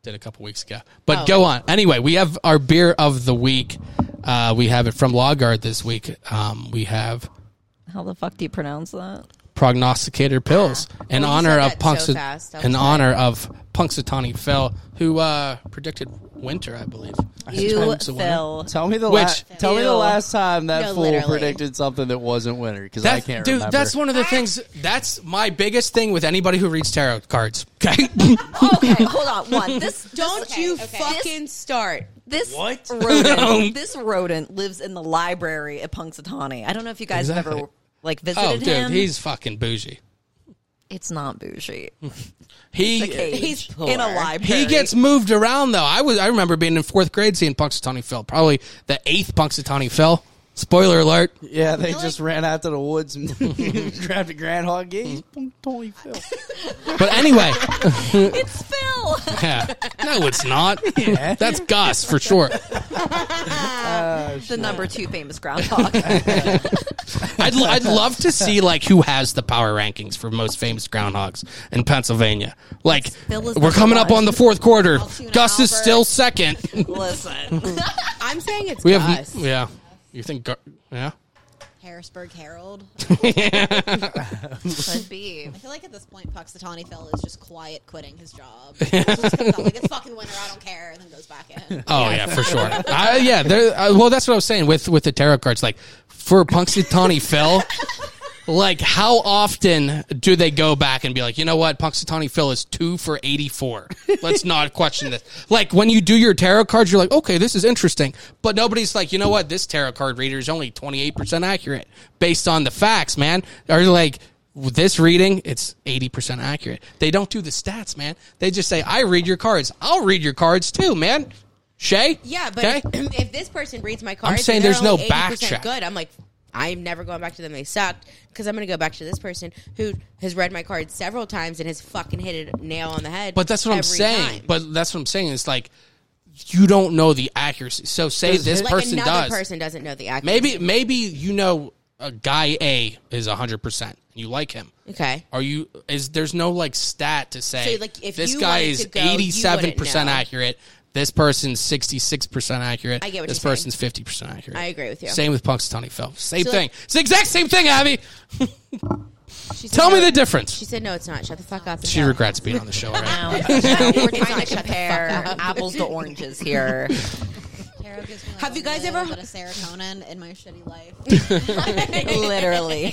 Did a couple weeks ago, but Oh. go on. Anyway, we have our beer of the week. Uh, we have it from Logard this week. Um, we have How the fuck do you pronounce that? prognosticator pills in Well, Oh, you honor said of that Punxs- so fast. I was in like- honor of Punxsutawney Phil, who uh, predicted winter, I believe. You, Times the winter. Phil. tell me the Which- last. Tell me the Ew. last time that No, fool literally. predicted something that wasn't winter because I That- can't dude, remember. that's one of the things. That's my biggest thing with anybody who reads tarot cards. Okay, Oh, Okay, hold on. One. This Don't this- you this- fucking start. This rodent, this rodent lives in the library at Punxsutawney. I don't know if you guys have ever Exactly. like visited oh, dude, him. he's fucking bougie. it's not bougie. He Cage He's in a poor. library. he gets moved around though. I was I remember being in fourth grade seeing Punxsutawney Phil, probably the eighth Punxsutawney Phil. Spoiler alert. yeah, they just ran out to the woods and grabbed a groundhog. Yeah, totally fell. But anyway, it's Phil. yeah. no, it's not. That's Gus for sure. the number two famous groundhog. I'd, I'd love to see like who has the power rankings for most famous groundhogs in Pennsylvania. Like Phil is we're number coming up one. on the fourth quarter. Altoona Gus is Albert. still second. Mm. Listen, I'm saying it's We have Gus. yeah. You think Gu- yeah? Harrisburg Herald. could be. I feel like at this point, Puxatawny Phil is just quiet quitting his job. He just comes out like it's fucking winter, I don't care, and then goes back in. Oh yeah, for sure. I, yeah, there. Uh, well, that's what I was saying with with the tarot cards. Like for Punxsutawney Phil, like how often do they go back and be like, you know what, Punxsutawney Phil is two for eighty four. Let's not question this. Like when you do your tarot cards, you're like, okay, this is interesting, but nobody's like, you know what, this tarot card reader is only twenty eight percent accurate based on the facts, man. Or like. With this reading, it's 80% accurate. They don't do the stats, man. They just say, I read your cards. I'll read your cards too, man. Shay? Yeah, but Okay? if, if this person reads my cards, saying and they're there's no only 80% backtrack. Good. I'm like, I'm never going back to them. They sucked because I'm going to go back to this person who has read my cards several times and has fucking hit a nail on the head. But that's what I'm every saying. time. But that's what I'm saying. It's like you don't know the accuracy. So say this like person another does. person doesn't know the accuracy. Maybe maybe you know a guy A is 100% and you like him. okay. Are you is there's no like stat to say So, like, if this you guy wanted is to go, you eighty seven wouldn't percent know. accurate, this person's sixty six percent accurate, I get what this you're saying. person's fifty percent accurate. I agree with you. Same with Punxsutawney Phil. Same So, thing. like- it's the exact same thing, Abby. She said Tell me no. the difference. She said no, it's not. Shut the fuck up. and she tell me. regrets being on the show already. Now, we're trying to compare apples to oranges here. Tara gives me, like, Have a you guys little ever- bit of serotonin in my shitty life? Literally,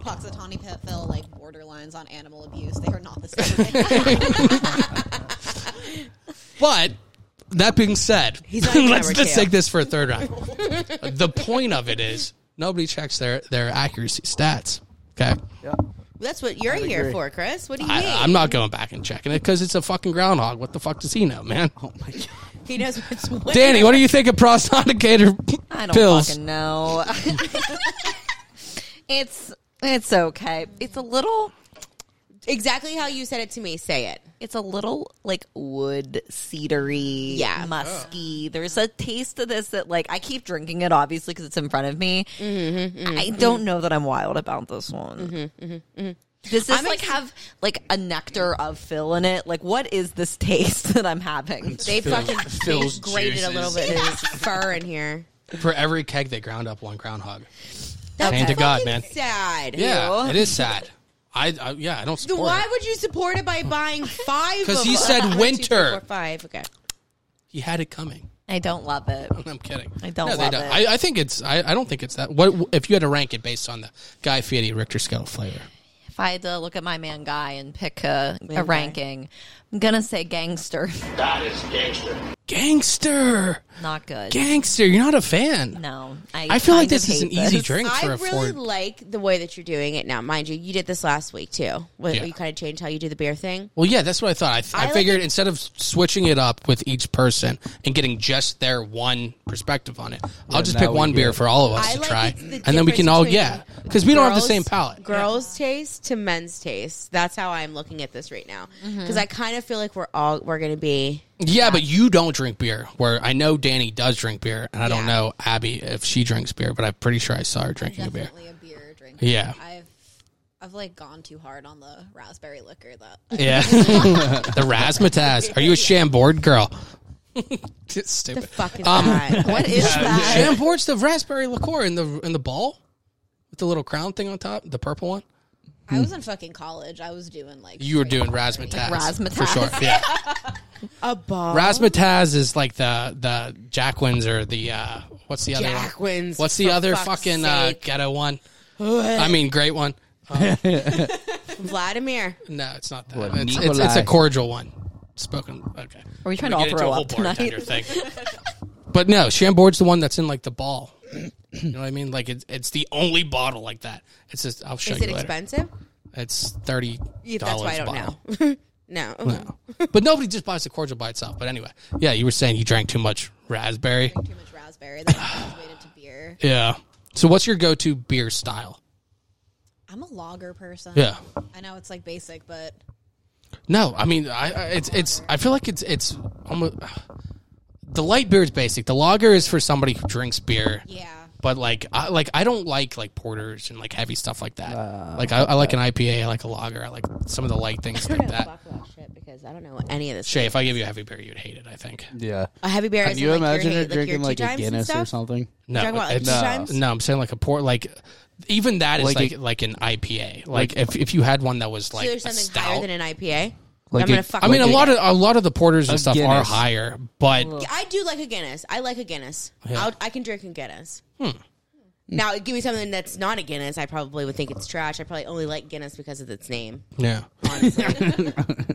Puxatawny Phil like borderlines on animal abuse. They are not the same. But that being said, He's not even let's number just two. take this for a third round. the point of it is nobody checks their, their accuracy stats. Okay, That's what you're here agree. for, Chris. What do you mean? I, I'm not going back and checking it because it's a fucking groundhog. What the fuck does he know, man? Oh He knows what's what. Danny, what do you think of prostaticator I don't pills? fucking know. it's it's okay. It's a little. exactly how you said it to me. Say it. It's a little like wood, cedary, Oh. Yeah. musky. There's a taste of this that like I keep drinking it obviously because it's in front of me. Mm-hmm, I don't know that I'm wild about this one. mm-hmm, Does this like have like a nectar of Phil in it? Like what is this taste that I'm having? They fucking they Phil's grated a little bit of his fur in here. For every keg, they ground up one groundhog. That's Hand to God, fucking man. Sad. Yeah, it is sad. I, I yeah, I don't The, support. why it. would you support it by buying five? 'Cause of he them? said One, two, winter. three, four, five. Okay. He had it coming. I don't love it. I'm kidding. I don't No, they love don't. it. I, I think it's. I, I don't think it's that. What if you had to rank it based on the Guy Fieri Richter scale of flavor? If I had to look at my man guy and pick a, a ranking, I'm gonna say gangster. Gangster, Not good. gangster. You're not a fan. no, I. I feel like kind of this is an hate easy this. drink I for a really Ford. like the way that you're doing it now. Mind you, you did this last week too. What, Yeah. You kind of changed how you do the beer thing. well, yeah, that's what I thought. I, th- I, like figured instead of switching it up with each person and getting just their one perspective on it, I'll just now pick we one beer get- for all of us I to like try, it's the and then we can difference all between yeah, because we don't have the girls- same palate. Girls' taste to men's taste. That's how I'm looking at this right now. Because I kind of feel like we're all we're going to be. Yeah, but you don't drink beer. Where I know Danny does drink beer, and I don't Yeah. know Abby if she drinks beer, but I'm pretty sure I saw her drinking a beer. Definitely a beer drinker. Yeah. I've I've like gone too hard on the raspberry liquor that Yeah, the razzmatazz. Are you a Chambord girl? It's The Stupid. fuck is Um, that? What is that? Chambord's the raspberry liqueur in the in the ball with the little crown thing on top, the purple one. I Hmm. was in fucking college. I was doing like You were straight doing raspberry. razzmatazz, Razzmatazz. for sure. Yeah, A ball. razzmatazz is like the the Jackwins or the uh, what's the other one? Jackwins, What's the for other fuck's fucking uh, sake. ghetto one? I mean, great one. Vladimir. No, it's not that. What, It's, it's, it's a Nikolai? cordial one. Spoken. Okay. Are we trying We're gonna to all get into throw a whole up tonight? bartender Thing. but no, Chambord's the one that's in like the ball. You know what I mean? Like it's it's the only bottle like that. It's just I'll show Is you it later. expensive? It's thirty Yeah, dollars. that's why I don't bottle. know. no. No. but nobody just buys the cordial by itself. But anyway, yeah, you were saying you drank too much raspberry. Too much raspberry. Then I graduated to beer. Yeah. So what's your go-to beer style? I'm a lager person. Yeah. I know it's like basic, but No, I mean, I, I it's it's. I feel like it's it's almost the light beer is basic. The lager is for somebody who drinks beer. yeah. But like, I like I don't like like porters and like heavy stuff like that. Uh, like I, I like an IPA, I like a lager, I like some of the light things like that. Buckle up Oh, shit because I don't know what any of this. Shay, if I give you a heavy beer, you'd hate it. I think. Yeah. A heavy beer. Can is you like imagine your, her hate- like drinking your like two a dimes and Guinness or stuff? something? No, talking about, like, it's- two times? no, I'm saying like a port, like even that is Like like a- like an IPA. Like, if if you had one that was So like there's a something stout. higher than an IPA. Like I'm gonna a- fuck. I mean, a with lot it. of a lot of the porters and A stuff are Guinness. higher, but I do like a Guinness. I like a Guinness. Yeah. I'll, I can drink a Guinness. Now, give me something that's not a Guinness. I probably would think it's trash. I probably only like Guinness because of its name. yeah. Honestly,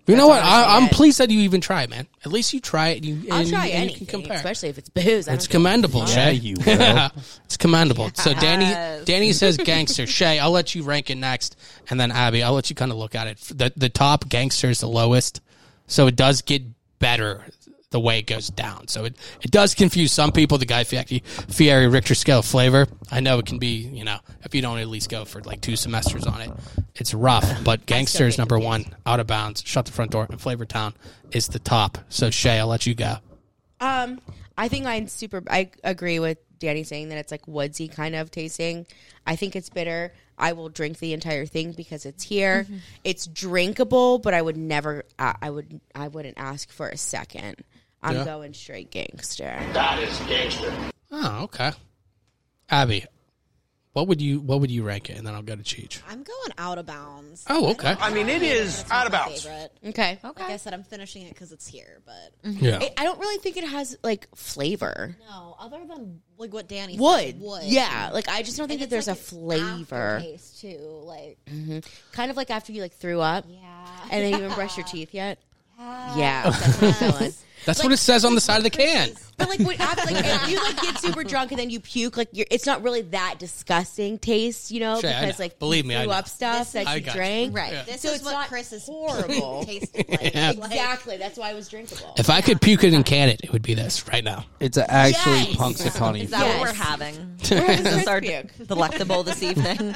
You know what? honestly I, I'm it. pleased that you even try, it, man. At least you try it. You, I'll and, try and anything, You can compare. especially if it's booze. I It's don't give a commendable, Yeah, Shay. you will. it's commendable. So Danny, Danny says gangster. Shay, I'll let you rank it next, and then Abby, I'll let you kind of look at it. The the top gangster is the lowest, so it does get better the way it goes down. So it, it does confuse some people. The Guy Fieri, Fieri Richter scale of flavor. I know it can be you know if you don't at least go for like two semesters on it, it's rough. But gangster is think number one. Out of bounds. Shut the front door. And Flavor Town is the top. So Shay, I'll let you go. Um, I think I'm super. I agree with Danny saying that it's like woodsy kind of tasting. I think it's bitter. I will drink the entire thing because it's here. It's drinkable, but I would never. uh, I I would. I wouldn't ask for a second. I'm Yeah. going straight gangster. Oh, okay. Abby, what would you what would you rank it, and then I'll go to Cheech. I'm going out of bounds. Oh, okay. I mean, it is out of My bounds. Favorite. Okay. Like I said, I'm finishing it because it's here, but Yeah. I, I don't really think it has like flavor. no, other than like what Danny Wood. said, wood, Yeah. Like I just don't think And that there's it's a like an flavor. aftertaste, too. Like Mm. Kind of like after you like threw up yeah, and then you haven't brushed your teeth yet. Yeah. That's what I'm feeling. That's what it says on the side of the can. But like, what happened, like if you like get super drunk and then you puke, like you're, it's not really that disgusting taste, you know, Sure, I because know. like Believe you me, I threw know. up stuff that I you got you. drank. Right. Yeah. This So is it's what not Chris's horrible. tasted like. Yeah. Like, Exactly. That's why it was drinkable. If I could puke it and can it, it would be this right now. It's a actually Yes! Punxsutawney. Is that Yes. what we're having? having is this our Chris delectable this evening?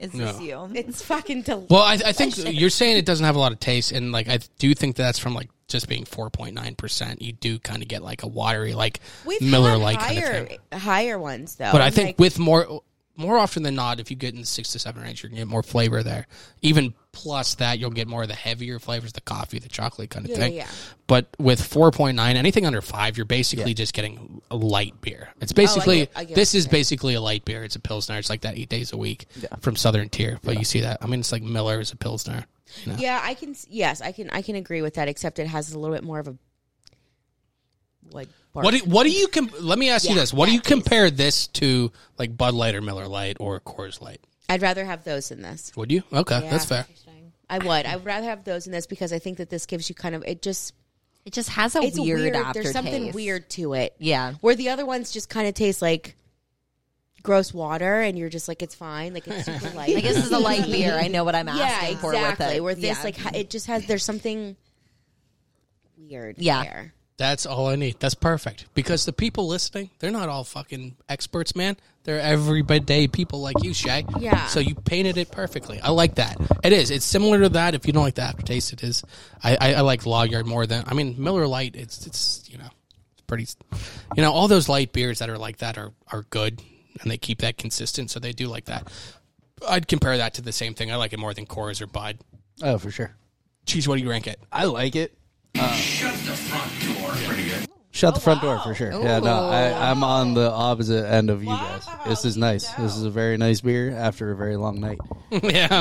Is this No. you? It's fucking delicious. Well, I, I think you're saying it doesn't have a lot of taste, and like I do think that's from like just being 4.9 percent. You do kind of get like a watery like Miller like kind of higher thing. higher ones though. But I think Oh, like, with more more often than not, if you get in the six to seven range, you're gonna get more flavor there. Even plus that, you'll get more of the heavier flavors, the coffee, the chocolate kind of thing. yeah. But with four point nine, anything under five, you're basically just getting a light beer. It's basically get- Oh, I get this what is basically a light beer. It's a pilsner. It's like that eight days a week from Southern Tier. But you see that? I mean, it's like Miller is a pilsner. you know? Yeah, I can. s- Yes, I can. I can agree with that. Except it has a little bit more of a like. Bark. What do, what do you com- let me ask you this? What do you compare this to like Bud Light or Miller Light or Coors Light? I'd rather have those than this. Would you? Okay, that's fair. I would. I would rather have those than this because I think that this gives you kind of it just It just has a it's weird, weird. aftertaste. There's something weird to it. Yeah. Where the other ones just kind of taste like gross water, and you're just like, it's fine. Like it's super light. Like this is a light beer. I know what I'm yeah, asking for with exactly. it. Where this Yeah. like ha- it just has there's something weird. Yeah. there. That's all I need. That's perfect. Because the people listening, they're not all fucking experts, man. They're everyday people like you, Shay. Yeah. So you painted it perfectly. I like that. It is. It's similar to that. If you don't like the aftertaste, it is. I, I, I like Log Yard more than I mean Miller Light. It's it's you know it's pretty. You know all those light beers that are like that are are good and they keep that consistent. So they do like that. I'd compare that to the same thing. I like it more than Coors or Bud. Oh, for sure. Cheese, what do you rank it? I like it. Uh, Shut the front Oh, door. Pretty good. Shut the front door for sure. Yeah, no, I, I'm on the opposite end of you guys. This is nice. This is a very nice beer after a very long night. yeah.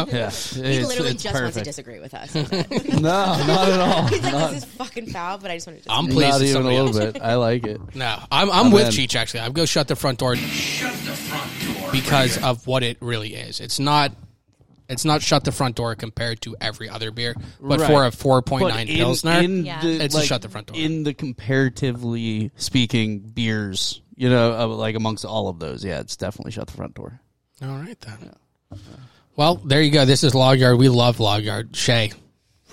Yeah, it's, He literally it's just wants to perfect. disagree with us. He's like, no, not at all. this is fucking foul, but I just want to. Disagree. I'm pleased. Not that even a somebody else- little bit. I like it. No, I'm I'm with in. Cheech actually. I'd go shut the front door. Because of what it really is. It's not. It's not shut the front door compared to every other beer, but Right. for a four point But nine in- pilsner, in the, It's a like, shut the front door. In the comparatively speaking beers, you know, uh, like amongst all of those, yeah, it's definitely shut the front door. All right then. Well, there you go. This is Log Yard. We love Log Yard. Shay,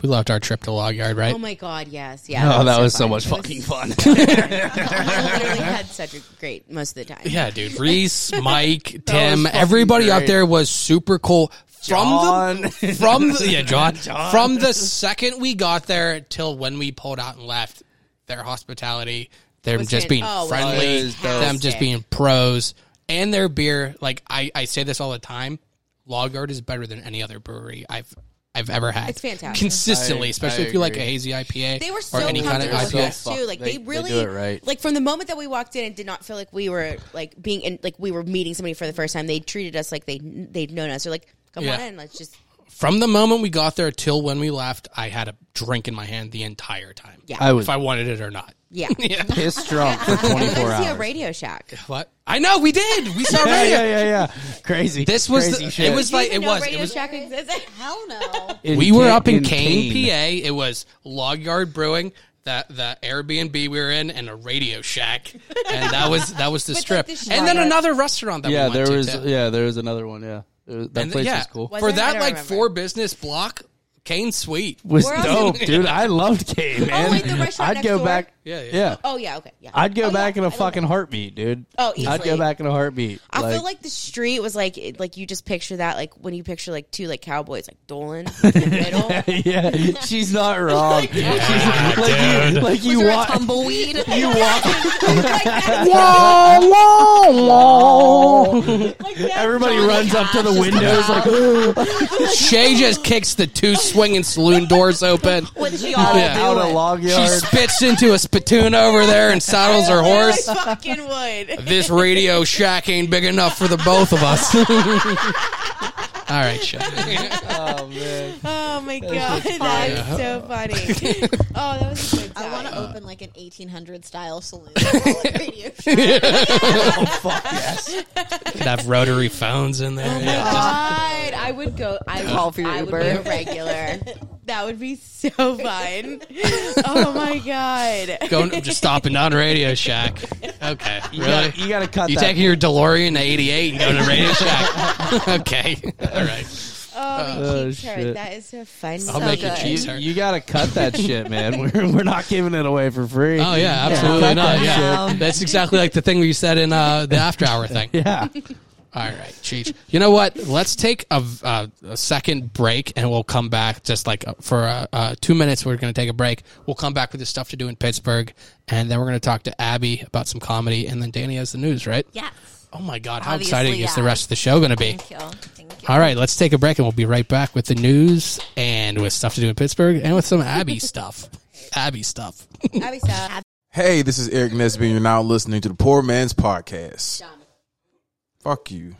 we loved our trip to Log Yard, right? Oh my god, yes, yeah. oh, that was so fun. much That was fucking fun. I literally had such a great most of the time. yeah, dude. Reese, Mike, Tim, fucking everybody out great. there was super cool. From John. the from the, yeah, John, From the second we got there till when we pulled out and left, their hospitality, them Was just fan- being oh, was friendly, fantastic. them just being pros, and their beer. Like I, I say this all the time, Logard is better than any other brewery I've I've ever had. It's fantastic. consistently, I- especially I if you like a agree. hazy IPA. They or were so any kind of comfortable with IPA. us too. Like They- they, they really do it right. Like from the moment that we walked in, it did not feel like we were like being in, like we were meeting somebody for the first time. They treated us like they they'd known us. They're like, come Yeah. on in, let's just From the moment we got there till when we left, I had a drink in my hand the entire time. Yeah. I was if I wanted it or not. yeah. piss drunk for We 24 went to see a hours. Radio Shack. What? I know we did. We saw Yeah, radio. yeah, yeah, yeah. Crazy. This was Crazy the, shit. it was like it No was it Radio was Shack existed. Hell no. In we were Ca- up in, Kane, Kane. PA. It was Log Yard Brewing, the the Airbnb we were in, and a Radio Shack, and that was that was the strip, this and then Log Yard- another restaurant that Yeah, we went there to. was too. yeah, there was another one. Yeah, It was- that And place yeah, was cool. Was for there? I that don't like remember. four business block. Kane Sweet. was We're dope, also- dude. I loved Kane, man. wait, the restaurant I'd next go door? back. Yeah, yeah. Oh yeah, okay. Yeah. I'd go Oh, back yeah, in I a love fucking it. heartbeat, dude. Oh, I'd go easily. back in a heartbeat. I feel like the street was like it, like you just picture that like when you picture like two like cowboys like Dolan in the middle. yeah, she's not wrong. Yeah, She's- like you, like you Is there a walk, tumbleweed? you walk. Oh, Everybody runs up to the windows like, Shay just kicks the two swinging saloon doors open. With you all Yeah. out a log She yard. spits into a spittoon over there and saddles her horse. I fucking would. this radio shack ain't big enough for the both of us. All right, Shack. Oh man, Oh my god, that's so funny. oh, that was a good I time. want to open like an 1800 style saloon. Radio show. Could have rotary phones in there. yeah, just- God, I would go. I would, Call for your I would be Uber. a regular. That would be so fun. oh my god. going, just stopping down to Radio Shack. Okay, you, really? gotta, you gotta cut You that. taking your DeLorean to '88 and going to Radio Shack? okay, all right. Oh, Oh, oh shit. That is so fun. I'll make you good. cheese her. you gotta cut that shit, man. We're, we're not giving it away for free. Oh yeah, absolutely Cut not. that Yeah, shit. that's exactly like the thing you said in uh, the after hour thing. Yeah. All right, Cheech. You know what? Let's take a, uh, a second break and we'll come back just like uh, for uh, uh, two minutes. We're going to take a break. We'll come back with the stuff to do in Pittsburgh. And then we're going to talk to Abby about some comedy. And then Danny has the news, right? yes. Oh my God! How Obviously, exciting is the yeah. rest of the show going to be? Thank you. Thank you. All right, let's take a break and we'll be right back with the news and with stuff to do in Pittsburgh and with some Abby stuff. Abby stuff. Abby stuff. Hey, this is Eric Nesby, and you're now listening to the Poor Man's Podcast. Fuck you.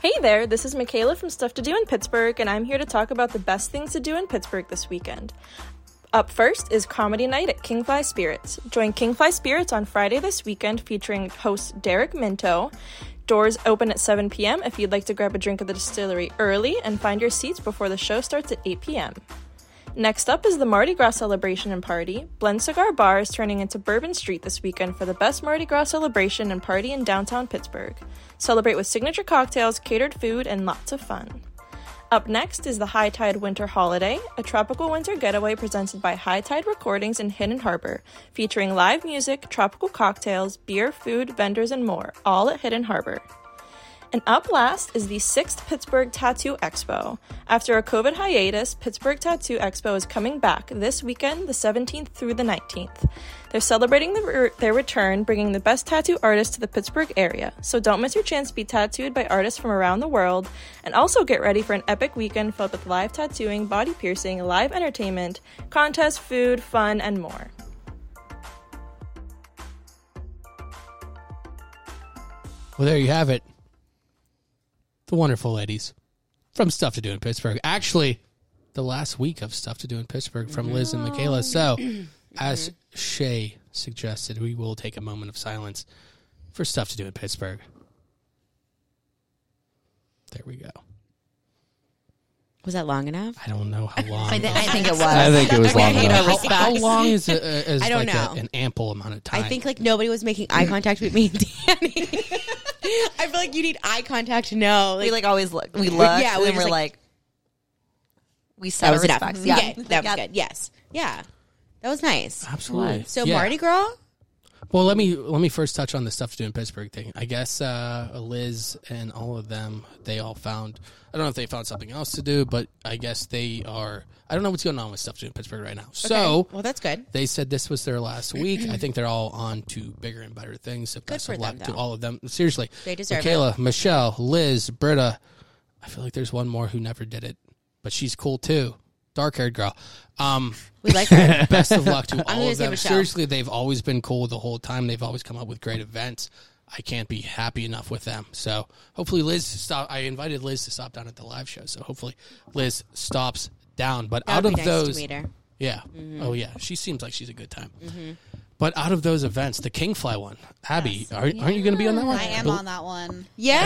Hey there, this is Michaela from Stuff to Do in Pittsburgh, and I'm here to talk about the best things to do in Pittsburgh this weekend. Up first is Comedy Night at Kingfly Spirits. Join Kingfly Spirits on Friday this weekend featuring host Derek Minto. Doors open at 7 p.m. if you'd like to grab a drink at the distillery early and find your seats before the show starts at 8 p.m. Next up is the Mardi Gras celebration and party. Blend Cigar Bar is turning into Bourbon Street this weekend for the best Mardi Gras celebration and party in downtown Pittsburgh. Celebrate with signature cocktails, catered food, and lots of fun. Up next is the High Tide Winter Holiday, a tropical winter getaway presented by High Tide Recordings in Hidden Harbor, featuring live music, tropical cocktails, beer, food, vendors, and more, all at Hidden Harbor. And up last is the sixth Pittsburgh Tattoo Expo. After a COVID hiatus, Pittsburgh Tattoo Expo is coming back this weekend, the 17th through the 19th. They're celebrating the re- their return, bringing the best tattoo artists to the Pittsburgh area. So don't miss your chance to be tattooed by artists from around the world. And also get ready for an epic weekend filled with live tattooing, body piercing, live entertainment, contests, food, fun, and more. Well, there you have it. The wonderful ladies from Stuff to Do in Pittsburgh. Actually, the last week of Stuff to Do in Pittsburgh from Liz and Michaela. So, Mm-hmm. as Shay suggested, we will take a moment of silence for Stuff to Do in Pittsburgh. There we go. Was that long enough? I don't know how long. I, thi- I think it was. I think it was long Pay enough. no how, how respects. long is, a, a- is I don't like a- know. an ample amount of time? I think like nobody was making eye contact with me and Danny. I feel like you need eye contact to know. Like, We like always look. We look. yeah, Yeah, we we and we're were just like, we set that our was enough. respects. Yeah, Yeah, that was Yeah. good. Yes, yeah, that was nice. absolutely. So Yeah. Mardi Gras. Well, let me let me first touch on the stuff to do in Pittsburgh thing. I guess uh, Liz and all of them, they all found. I don't know if they found something else to do, but I guess they are. I don't know what's going on with stuff to do in Pittsburgh right now. So well, that's good. they said this was their last week. I think they're all on to bigger and better things. So best for of luck them, to though. all of them. Seriously, They deserve Michaela, Michelle, Liz, Britta. I feel like there's one more who never did it, but she's cool too. Dark haired girl. Um, We like her. best of luck to all gonna of say them. Michelle. Seriously, they've always been cool the whole time. They've always come up with great events. I can't be happy enough with them. So hopefully, Liz stop. I invited Liz to stop down at the live show. So hopefully, Liz stops down. But That out would of be nice to those, meet her. Mm-hmm. yeah, oh yeah, she seems like she's a good time. But out of those events, the Kingfly one, Abby, are, aren't you going to be on that one? I am The- on that one. Yeah,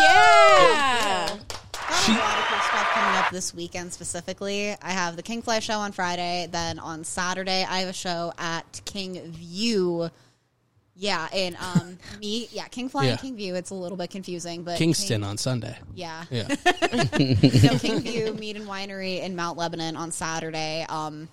Abby, yeah. Got a lot of cool stuff coming up this weekend specifically. I have the Kingfly show on Friday. Then on Saturday, I have a show at King View. Yeah, and um, me, yeah, Kingfly Yeah. and King View. It's a little bit confusing, but Kingston King- on Sunday. yeah, Yeah, so Kingview Meat and Winery in Mount Lebanon on Saturday. Um,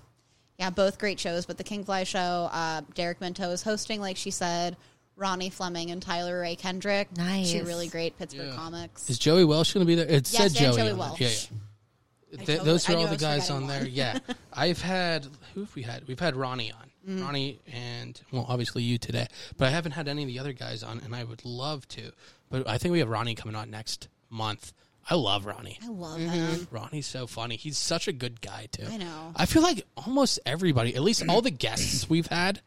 yeah, both great shows. But the Kingfly show, uh, Derek Mento is hosting, like she said. Ronnie Fleming and Tyler Ray Kendrick, Nice. two really great Pittsburgh comics. is Joey Welsh going to be there? It Yes, said and Joey. Joey on there. Welsh. Yeah, yeah. Th- totally- those I are knew all I the was guys on forgetting there. one. Yeah, I've had who have we had? We've had Ronnie on, Mm. Ronnie, and well, obviously you today. But I haven't had any of the other guys on, and I would love to. But I think we have Ronnie coming on next month. I love Ronnie. I love them. Ronnie's so funny. He's such a good guy too. I know. I feel like almost everybody, at least all the guests we've had,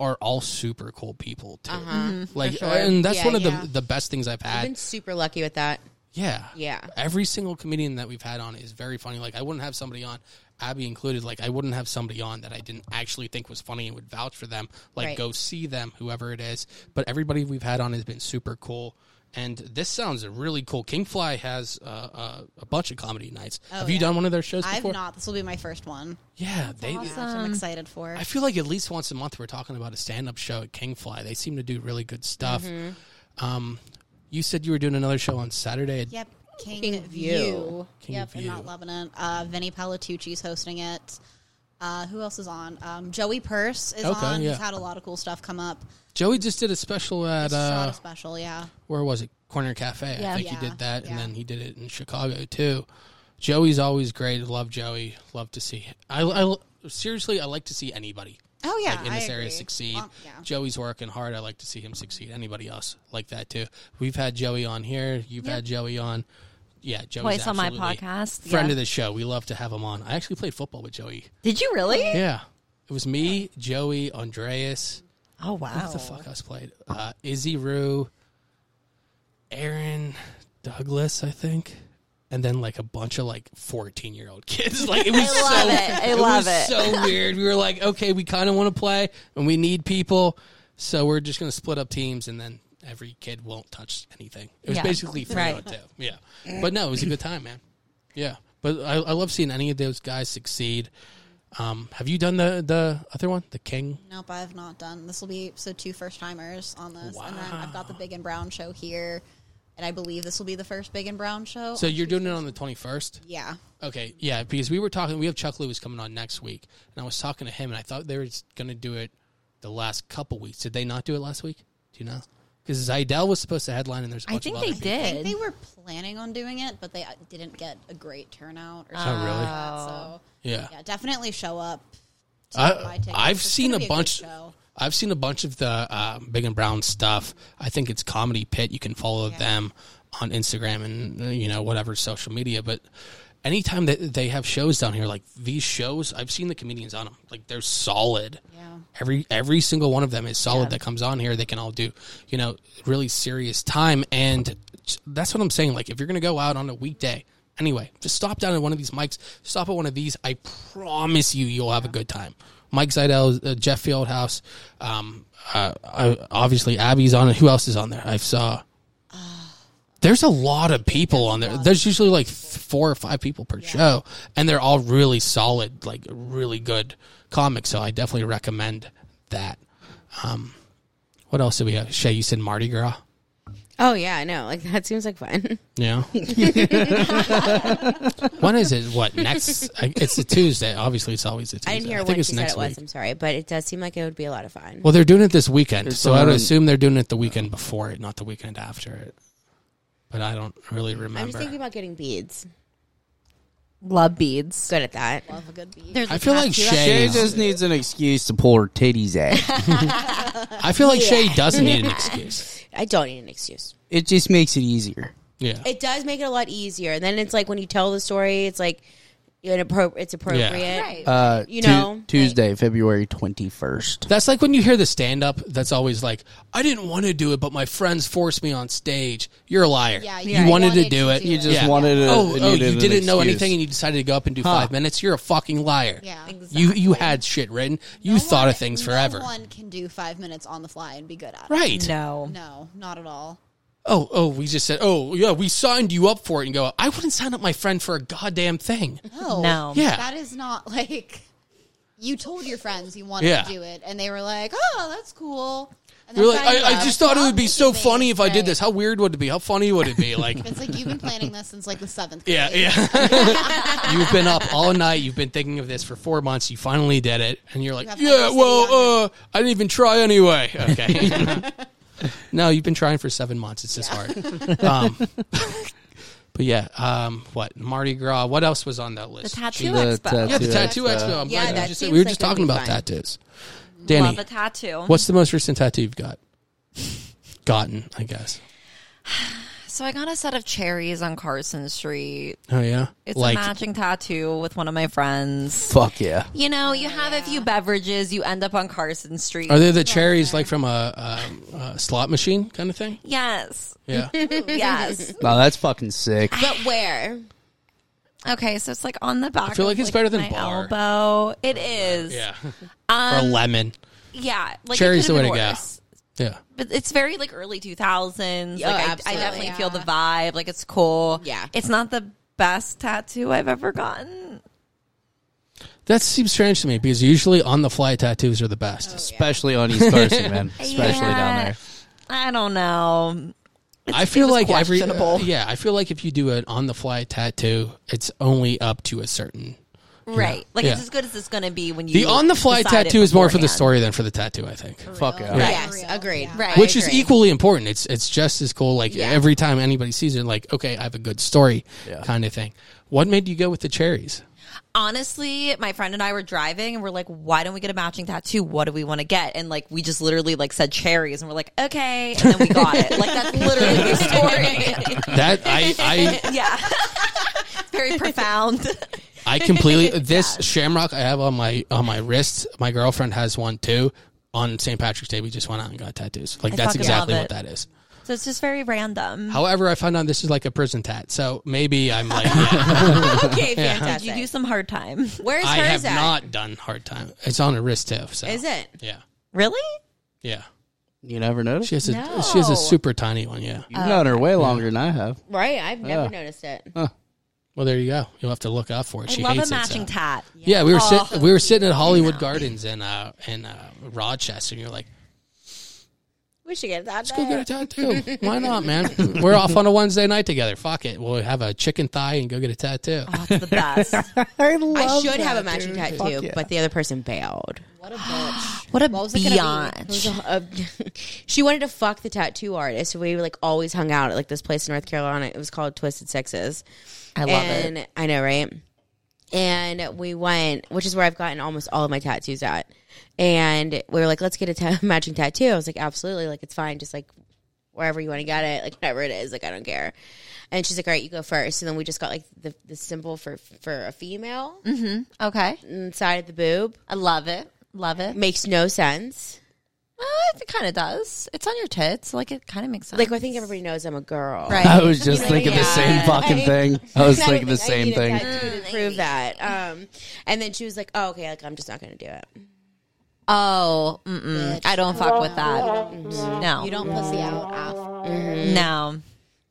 are all super cool people too. Uh-huh. Like, and that's Yeah, one of yeah. the the best things I've I've had. been super lucky with that. Yeah. Yeah. Every single comedian that we've had on is very funny. Like I wouldn't have somebody on, Abby included, like I wouldn't have somebody on that I didn't actually think was funny and would vouch for them. Like Right. go see them, whoever it is. But everybody we've had on has been super cool. And this sounds really cool. Kingfly has uh, uh, a bunch of comedy nights. have you Oh, yeah. done one of their shows I've before? not. This will be my first one, Yeah, they. which I'm excited for. I feel like at least once a month we're talking about a stand-up show at Kingfly. They seem to do really good stuff. Mm-hmm. Um, you said you were doing another show on Saturday. Yep. King, King View. View. King yep, in View. Mount Lebanon. Uh, Vinny Palatucci's hosting it. Uh, who else is on? Um, Joey Purse is Okay, on. yeah. He's had a lot of cool stuff come up. Joey just did a special at It's not uh, a special, yeah. where was it? Corner Cafe. I Yeah. think Yeah, he did that, yeah. and then he did it in Chicago too. Joey's always great. Love Joey. Love to see. I, I seriously, I like to see anybody. Oh, yeah, like, in I this area agree. succeed. Um, yeah. Joey's working hard. I like to see him succeed. Anybody else like that too? We've had Joey on here. You've Yep. had Joey on. Yeah, Joey's Twice on my absolutely podcast, Friend yeah. of the show. We love to have him on. I actually played football with Joey. Did you really? Yeah, it was me, Joey, Andreas. Oh wow. Who the fuck else played? Uh, Izzy Rue, Aaron Douglas, I think, and then like a bunch of like fourteen year old kids. Like it was I love so, it. I was love it. So weird. We were like, okay, we kind of want to play, and we need people, so we're just gonna split up teams, and then every kid won't touch anything. It was Yeah. basically three Right. on two. Yeah, but no, it was a good time, man. Yeah, but I, I love seeing any of those guys succeed. Um, have you done the the other one, the King? Nope, I have not done. This will be so two first timers on this, and then I've got the Big and Brown show here, and I believe this will be the first Big and Brown show. So you're doing it on the 21st? Yeah. Okay, yeah, because we were talking, we have Chuck Lewis coming on next week, and I was talking to him, and I thought they were going to do it the last couple weeks. Did they not do it last week? Do you know? Because Zidel was supposed to headline, and there's a bunch of other people. I think they were planning on doing it, but they uh, didn't get a great turnout. Or Oh, something really? Like that, so Yeah. definitely show up. to buy I, tickets. I've It's seen gonna a be good bunch. show. I've seen a bunch of the uh, Big and Brown stuff. I think it's Comedy Pit. You can follow them on Instagram and uh, you know whatever social media. But anytime that they have shows down here, like these shows, I've seen the comedians on them. Like they're solid. Yeah. Every every single one of them is solid that comes on here. They can all do you know really serious time, and that's what I'm saying. Like if you're gonna go out on a weekday. Anyway, just stop down at one of these mics. Stop at one of these. I promise you, you'll have a good time. Mike Zeidel, uh, Jeff Fieldhouse, um, uh, I, obviously Abby's on it. Who else is on there? I saw. There's a lot of people on there. There's usually like four or five people per show, and they're all really solid, like really good comics. So I definitely recommend that. Um, what else do we have? Shay, you said Mardi Gras. Oh yeah, I know. Like that seems like fun. Yeah. when is it? What next? I- It's a Tuesday. Obviously, it's always a Tuesday. I didn't hear think when she it's said next it was. week. I'm sorry, but it does seem like it would be a lot of fun. Well, they're doing it this weekend, It's so I would on- assume they're doing it the weekend before it, not the weekend after it. But I don't really remember. I'm just thinking about getting beads. Love beads. Good at that. Love a good bead. There's I feel like Shay. Shay just needs an excuse to pull her titties out. I feel like Shay doesn't need an excuse. I don't need an excuse. It just makes it easier. Yeah. It does make it a lot easier. And then it's like when you tell the story, it's like inappropri- it's appropriate. Uh, You Tu- know, Tuesday, February twenty first. That's like when you hear the stand up that's always like, I didn't want to do it, but my friends forced me on stage. You're a liar. Yeah, you, you wanted, wanted to do to it. do You it. just wanted to- Oh, it oh you needed didn't an know excuse. anything and you decided to go up and do Huh. five minutes. You're a fucking liar. Yeah. You you had shit written. You thought of things forever. No one can do five minutes on the fly and be good at Right. it. No. No, not at all. Oh, oh, we just said, oh, yeah, we signed you up for it and go, I wouldn't sign up my friend for a goddamn thing. No. Yeah. Uh-huh. That is not like you told your friends you wanted Yeah. to do it and they were like, Oh, that's cool. And You're they like, signed I, I up. just thought it would be so funny if I did this. How weird would it be? How funny would it be? Like, it's like you've been planning this since like the seventh grade. Yeah, yeah. you've been up all night. You've been thinking of this for four months. You finally did it, and you're like, have "Yeah, well, uh, I didn't even try anyway." Okay. no, you've been trying for seven months. It's just hard. Um, but yeah, um, what Mardi Gras? What else was on that list? The Tattoo The Expo. Yeah, the Tattoo tattoo Expo. expo. I'm Yeah, glad you that just said- seems we were like just it'd talking be about fun. tattoos. Danny, Love a tattoo. What's the most recent tattoo you've got? Gotten, I guess. So I got a set of cherries on Carson Street. Oh yeah, It's like a matching tattoo with one of my friends. fuck yeah. You know, you have a few beverages, you end up on Carson Street. Are they the cherries like from a, um a slot machine kind of thing? Yes. Yeah. yes. No, that's fucking sick. But where? Okay, so it's like on the back. feel of, like it's better than my bar. elbow. It is. Yeah. or Um, lemon. Yeah. Like cherries the way to go. go. Yeah. But it's very like early 2000s. Yeah, like I, I absolutely. definitely feel the vibe. Like it's cool. Yeah. It's not the best tattoo I've ever gotten. That seems strange to me because usually on the fly tattoos are the best. Especially on East Carson, man. Especially down Yeah. there. I don't know. I feel Oh. it was like every uh, questionable. yeah, I feel like if you do an on the fly tattoo, it's only up to a certain Right. Like Yeah. it's as good as it's going to be when you The on the fly decide it tattoo is more for the beforehand. story than for the tattoo, I think. Fuck yeah. Yes, agreed. Right. Which is equally important. It's it's just as cool. Like Yeah. every time anybody sees it, like okay, I have a good story, Yeah. kind of thing. What made you go with the cherries? honestly, my friend and I were driving and we're like, why don't we get a matching tattoo? What do we want to get? And like, we just literally like said cherries and we're like, okay. And then we got it. Like, that's literally the story. That I I yeah. Very profound. I completely this shamrock I have on my on my wrist. My girlfriend has one too. On St. Patrick's Day, we just went out and got tattoos. Like I that's fucking exactly love what it. that is. So it's just very random. However, I found out this is like a prison tat, so maybe I'm like, yeah. okay, Yeah. Did you do some hard time? Where's I have not done hard time. It's on her wrist too. So Is it? Yeah, Really? yeah. You never noticed. She has a she has a super tiny one. Yeah, You've known her way longer than I have. Right. I've never Yeah. noticed it. Huh. Well, there you go. You'll have to look out for it. I she love hates a matching it. so. tat. Yeah, we were Oh. sitting we were sitting at Hollywood Gardens in uh in uh, Rochester, and you're like, We should get that. Let's go get a tattoo. why not, man? We're off on a Wednesday night together. Fuck it, we'll have a chicken thigh and go get a tattoo. It's the best. I, love should have a that, matching dude. tattoo, Fuck yeah. but the other person bailed. What a bitch. What a it gonna be? biatch. It was a- a- she wanted to fuck the tattoo artist. So we like always hung out at like this place in North Carolina. It was called Twisted Sixes. I love it. and, I know, right? And we went, which is where I've gotten almost all of my tattoos at. And we were like, let's get a ta- matching tattoo. I was like, absolutely, like it's fine, just like wherever you want to get it, like whatever it is, like I don't care. And she's like, all right, you go first. And then we just got like the, the symbol for for a female Mm-hmm. Okay. inside of the boob. I love it. Love it. Makes no sense. Uh, it kind of does. It's on your tits. Like, it kind of makes sense. Like I think everybody knows I'm a girl. Right. I was just You know, thinking the same yeah. fucking I- thing. I was I don't thinking the think I same need a thing. tattoo to prove that. Um, and then she was like, "Oh, okay, like I'm just not going to do it." Oh, mm-mm. I don't fuck with that. No. You don't pussy out. Af- No.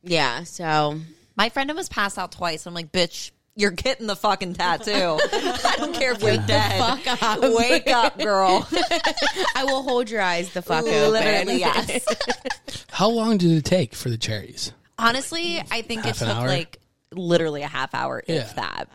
Yeah. So My friend almost passed out twice. I'm like, bitch, you're getting the fucking tattoo. I don't care if you're dead. fuck up. Wake up, girl. I will hold your eyes the fuck open. Literally, yes. How long did it take for the cherries? Honestly, I think Half it an took hour? like literally a half hour, Yeah. if that.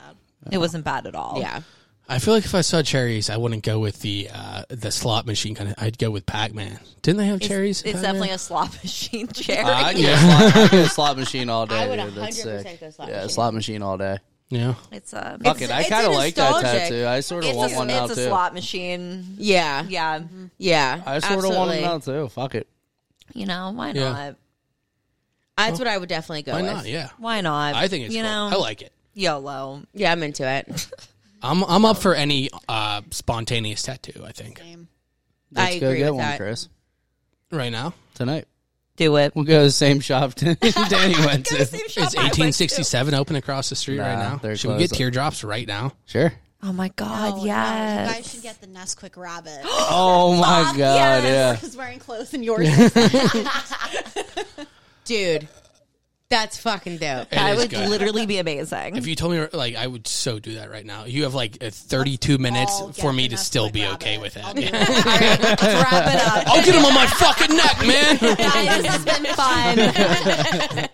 It wasn't bad at all. Yeah. I feel like if I saw cherries, I wouldn't go with the uh, the slot machine kind of. I'd go with Pac Man. Didn't they have cherries? It's definitely a slot machine cherry. I get, a slot, I get a Uh, slot machine all day. I would dude. That's 100% sick. go slot Yeah, machine. slot machine all day. yeah. It's a Fuck it, I it's kind of like that nostalgic. tattoo. I sort of it's want a, one now it's a too. slot machine. Yeah. Yeah. Yeah. I sort of want one absolutely. now too. Fuck it. You know, why Yeah. not? That's what I would definitely go Why with. not? Yeah. Why not? I think it's you cool. know I like it. YOLO. Yeah, I'm into it. I'm I'm up for any uh, spontaneous tattoo. I think Let's I go agree get with one, that. Chris. right now Tonight Do it. we'll go to the same shop Danny went to. it's 1867 open across the street right Nah, now. they're Should we get closed. teardrops right now? Sure. Oh my god, no, yes. You guys should get the Nesquik rabbit. Oh my god! He's wearing clothes and yours. is- Dude, that's fucking dope. It that is would good. literally be amazing. If you told me, like, I would so do that right now. You have like uh, 32 minutes all for get me the to nuts still like be rabbit. okay with that. I'll be Yeah. Wrap it up. I'll get him on my fucking neck, man. Guys, this has been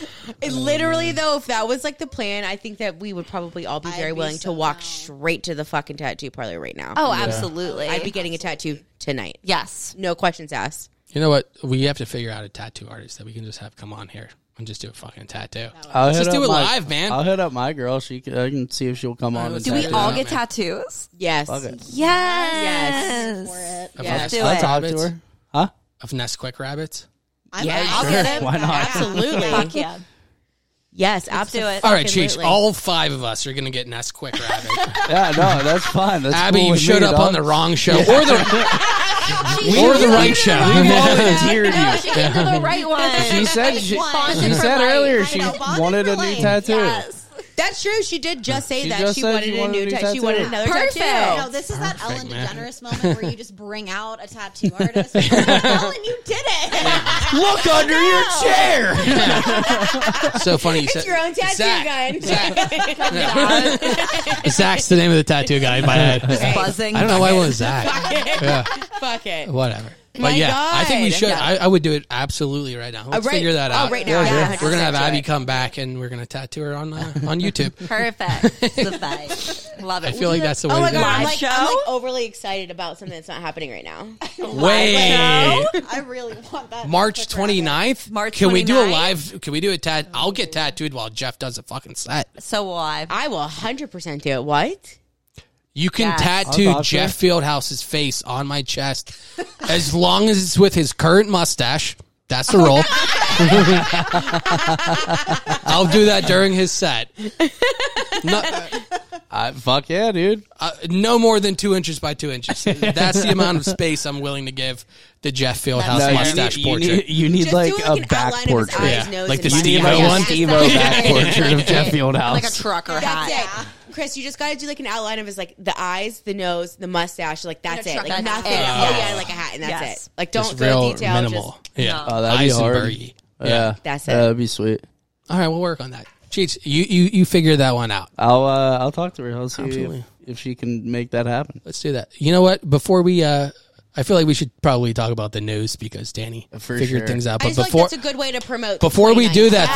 fun. It literally though, if that was like the plan, I think that we would probably all be I'd very be willing to so walk down. straight to the fucking tattoo parlor right now. Oh, absolutely. I'd be getting a tattoo tonight. yes. No questions asked. You know what? We have to figure out a tattoo artist that we can just have come on here and just do a fucking tattoo. I'll Let's hit just do up it my- live, man. I'll hit up my girl. She can, I can see if she'll come on. and Do Do we we tattoo. Yeah, all all get get man. tattoos? Yes. Yes. For it. Of Yeah. Nest Do I'll it. talk to rabbits? her. Huh? Of Nesquik rabbits? I'm Yeah, fine. I'll I'm get it. fine with Why that. not? Absolutely. Fuck yeah. Yes, do absolutely. it. All right, Cheech. All five of us are going to get Nesquik rabbit. Yeah, no, that's fine. That's Abby, cool you with showed me, up dog. on the wrong show or the or the right show. We volunteered you. She came to the right one. She said she, Bonded she for said life. earlier I she know, bonded wanted for a new life. tattoo. That's true. She did just say She that just she said wanted she a wanted new a new tattoo. She tattoo. wanted another Perfect. tattoo. No, this is that Ellen man. DeGeneres moment where you just bring out a tattoo artist. and you're like, Ellen, you did it. Look under your chair. So funny. You It's said, your own tattoo Zach. gun. Zach's the name of the tattoo guy in my head. Buzzing. I don't know why it was Zach. Fuck it. Whatever. But My yeah, I think we God. should. Yeah. I, I would do it absolutely right now. Let's right- figure that oh, out. right now. Yeah, Yeah, sure. We're gonna have 100% Abby right. come back and we're gonna tattoo her on uh, on YouTube. Perfect. the vibe. Love it. I feel like that's the way Oh my to do god, I'm it. like, I'm like overly excited about something that's not happening right now. Way I really want that. March 29th? March Can we do a 29th? live? Can we do a tat? I'll get tattooed while Jeff does a fucking set. So will I. I will 100% do it. What? You can Yes. tattoo I'll vouch Jeff Fieldhouse's face on my chest as long as it's with his current mustache. That's the rule. I'll do that during his set. No, fuck yeah, dude. uh, no more than two inches by two inches. That's the amount of space I'm willing to give the Jeff Fieldhouse No, you mustache need- you portrait. need- you need, Just do, like, like, a an back outline of his portrait. eyes, yeah. nose, like the and Steve body. O one, Steve O back portrait of Jeff Fieldhouse. Like a trucker That's hat. it. Chris, you just got to do like an outline of his like the eyes, the nose, the mustache. Like that's a it. truck Like hat. nothing. Yeah. Oh yeah, like a hat, and that's Yes. it. Like Just don't go real detail. minimal. Just yeah, Oh, that'd be hard. Eisenberg-y. Yeah. That's it. That'd be sweet. All right, we'll work on that. Cheats, you you you figure that one out. I'll uh, I'll talk to her. I'll see Absolutely. if, if she can make that happen. Let's do that. You know what? Before we, uh, I feel like we should probably talk about the news because Danny For figured sure. things out. I But just feel before like that's a good way to promote. before we do that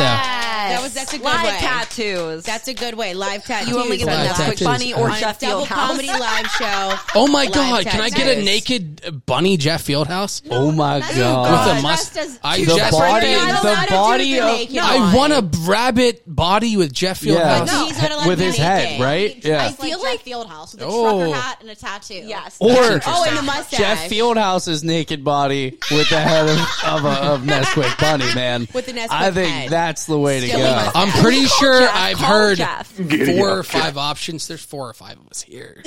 that was that's a good Live way. tattoos. That's a good way. Live tattoos. you only get Live the Netflix tattoos. bunny or On Jeff double Fieldhouse. comedy live show. though, oh my Live god, can I get a tattoos. naked bunny Jeff Fieldhouse oh my god. with a must? Dressed as I two The just body, You're not allowed the to do body the of naked I one. want a rabbit body with Jeff yeah, Fieldhouse. No. He's not allowed with to be his head, naked. right? Yeah. I feel like, Jeff Fieldhouse with a Oh. trucker hat and a tattoo. Yes. Or Oh, and the mustache. Jeff Fieldhouse's naked body with the head of of, a, of Nesquik Bunny, man. With the Nesquik I think head. that's the way Still to go. must- I'm pretty sure Jeff, I've call heard Jeff. four or five options. There's four or five of us here.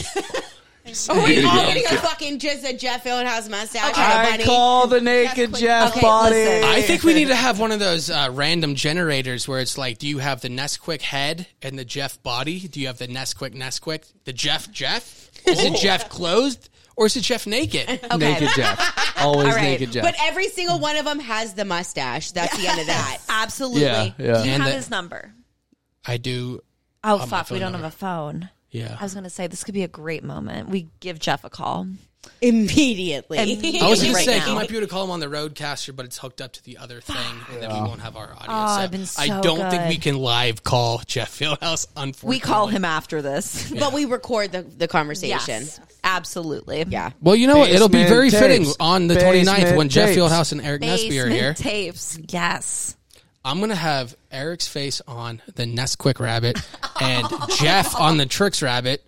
Are we all gonna go fucking just a Jeff Fieldhouse mustache? and a I bunny? call the naked Jeff Okay, Body. listen. I think we need to have one of those uh, random generators where it's like, do you have the Nesquik head and the Jeff body? Do you have the Nesquik Nesquik? The Jeff Jeff? Is Oh. it Jeff clothed or is it Jeff naked? Naked Jeff. Always right. naked Jeff. But every single one of them has the mustache. That's the end of that. Absolutely. Yeah, yeah. Do you And have the- his number? I do. Oh, my fuck. We phone don't number. have a phone. Yeah. I was going to say, this could be a great moment. We give Jeff a call. Immediately. Immediately. I was going Right to say, now. he might be able to call him on the roadcaster, but it's hooked up to the other thing, and then we won't have our audience. Oh, I've been I so don't think good. we can live call Jeff Fieldhouse, unfortunately. We call him after this. But we record the, the conversation. Yes. Absolutely. Yeah. Well, you know what? It'll be Basement very tapes. fitting on the Basement 29th when Jeff tapes. Fieldhouse and Eric Nesby are Basement here. tapes. Yes. I'm gonna have Eric's face on the Nesquik rabbit and Jeff on the Tricks rabbit.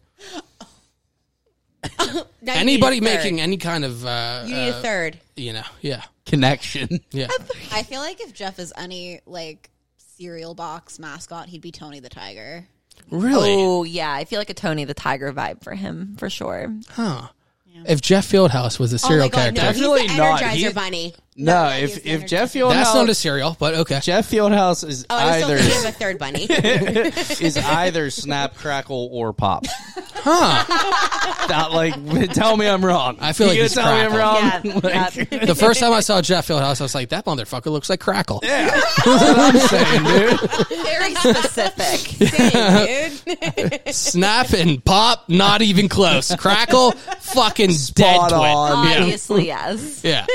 Now you Anybody need a third. making any kind of uh, You need a uh, third. you know, yeah, Connection. yeah. I feel like if Jeff is any like cereal box mascot, he'd be Tony the Tiger. Really? Oh, yeah. I feel like a Tony the Tiger vibe for him, for sure. Huh. If Jeff Fieldhouse was a Oh serial my god, character, no, Definitely he's the not. Energizer He- bunny. No, if if Jeff that's not a Fieldhouse serial, but okay. Jeff Fieldhouse is Oh, I was still either thinking of a third bunny. is either snap crackle or pop. Huh. Not like tell me I'm wrong. I feel like you it's tell me crackle. I'm Yeah, wrong. Like, yeah. the first time I saw Jeff Fieldhouse, I was like, that motherfucker looks like Crackle. Very specific. Dang, dude. Snap and pop, not even close. Crackle, fucking dead Spot to it. on. Yeah. Obviously, yes. Yeah.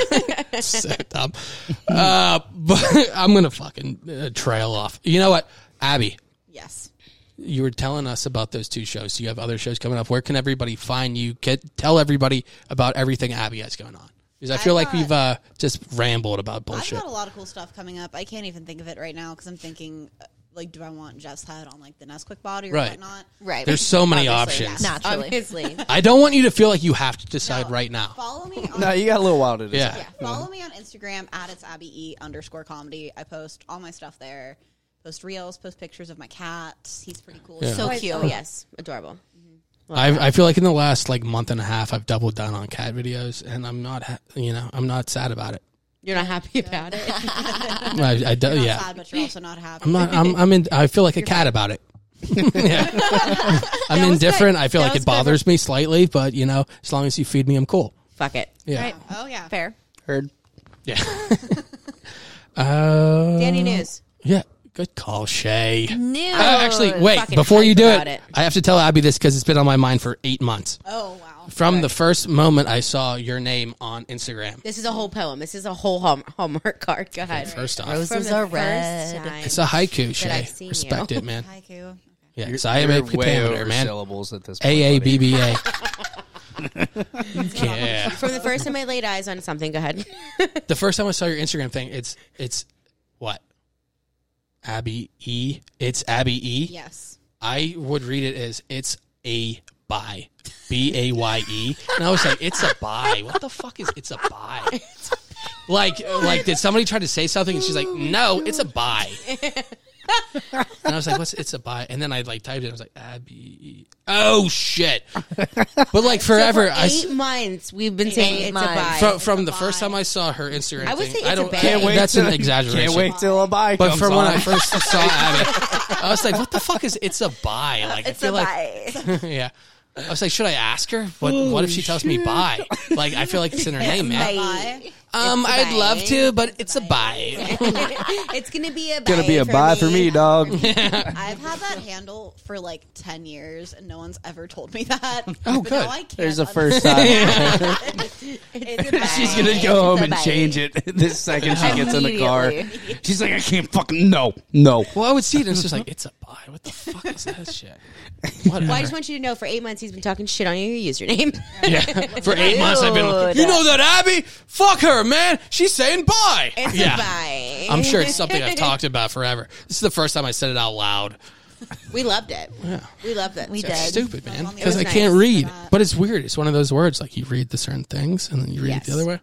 so dumb. Uh, but I'm going to fucking uh, trail off. You know what? Abby, Yes. you were telling us about those two shows. You have other shows coming up. Where can everybody find you? Get, tell everybody about everything Abby has going on. Because I feel like got- we've uh, just rambled about Oh, I've bullshit. got a lot of cool stuff coming up. I can't even think of it right now because I'm thinking, uh, like, do I want Jeff's head on like the Nesquik body or Right. whatnot? Right. There's so many Obviously, options. yeah. Naturally. Obviously. I don't want you to feel like you have to decide No, right now. Follow me. On, no, you got a little wild to Yeah. decide. yeah, follow me on Instagram at it's Abby E underscore comedy. I post all my stuff there. Post reels. Post pictures of my cat. He's pretty cool. So So cute. Oh, yes. Adorable. I, I feel like in the last like month and a half, I've doubled down on cat videos, and I'm not, ha- you know, I'm not sad about it. You're not happy about it? I, I do- you're not Oh, yeah, sad, but you're also not happy. I'm not. I'm. I'm in. I feel like a cat about it. yeah. I'm indifferent. I feel That like was it bothers me slightly, but you know, as long as you feed me, I'm cool. Fuck it. Yeah. Right. Oh yeah. Fair. Heard. Yeah. uh, Danny News. yeah. Good call, Shay. New. Uh, actually, wait. fucking Before you hype do about it, it. I have to tell Abby this because it's been on my mind for eight months. Oh wow. From the first moment I saw your name on Instagram, This is a whole poem. This is a whole hallm- Hallmark card. Go ahead. First off. From Roses the are first red. time it's a haiku, that Shay. I've seen you. Respect it, man. Haiku. Yeah, You're- it's I am a you're way over pentameter, man. syllables at this point, A A B B A. Yeah. From the first time I laid eyes on something. Go ahead. The first time I saw your Instagram thing, it's it's what Abby E. It's Abby E. Yes. I would read it as it's a buy. B A Y E. And I was like, it's a buy. What the fuck is it's a buy? Like like did somebody try to say something and she's like, No, it's a buy. And I was like, What's it's a buy? And then I like typed it, I was like, Abby E. Oh shit. But like forever For I s- eight months we've been saying Eight it's months. a buy. from, from the first time I saw her Instagram I would thing, say it's I a don't buy. can't wait. That's till- an exaggeration. Can't wait till a bye But comes from on. when I first saw Abby, I was like, "What the fuck is it's a buy?" Like It's I a feel like bye. yeah. I was like, should I ask her? What What if she tells me bye? Like, I feel like it's in her name, man. Bye. Um, It's a I'd bye. love to, but it's a bye. it's gonna be a buy. Gonna be a for bye for me, dog. I've had that handle for like ten years, and no one's ever told me that. Oh, But good. Now I can't There's a un- first time. It's a bye. She's gonna go home and Bye. change it the second she gets in the car. Immediately. She's like, I can't fucking no, no. Well, I would see it, and it's just like, it's a bye. What the fuck is that shit? Whatever. Well, I just want you to know for eight months he's been talking shit on your username. yeah. For eight months, I've been like, you know that Abby? Fuck her, man. She's saying bye. It's yeah. a buy. I'm sure it's something I've talked about forever. This is the first time I said it out loud. We loved it. We loved that. We story. did. Stupid, man. on the Because other I side. can't Nice. read. Uh, But it's weird. It's one of those words like you read the certain things and then you read it the Yes. other way.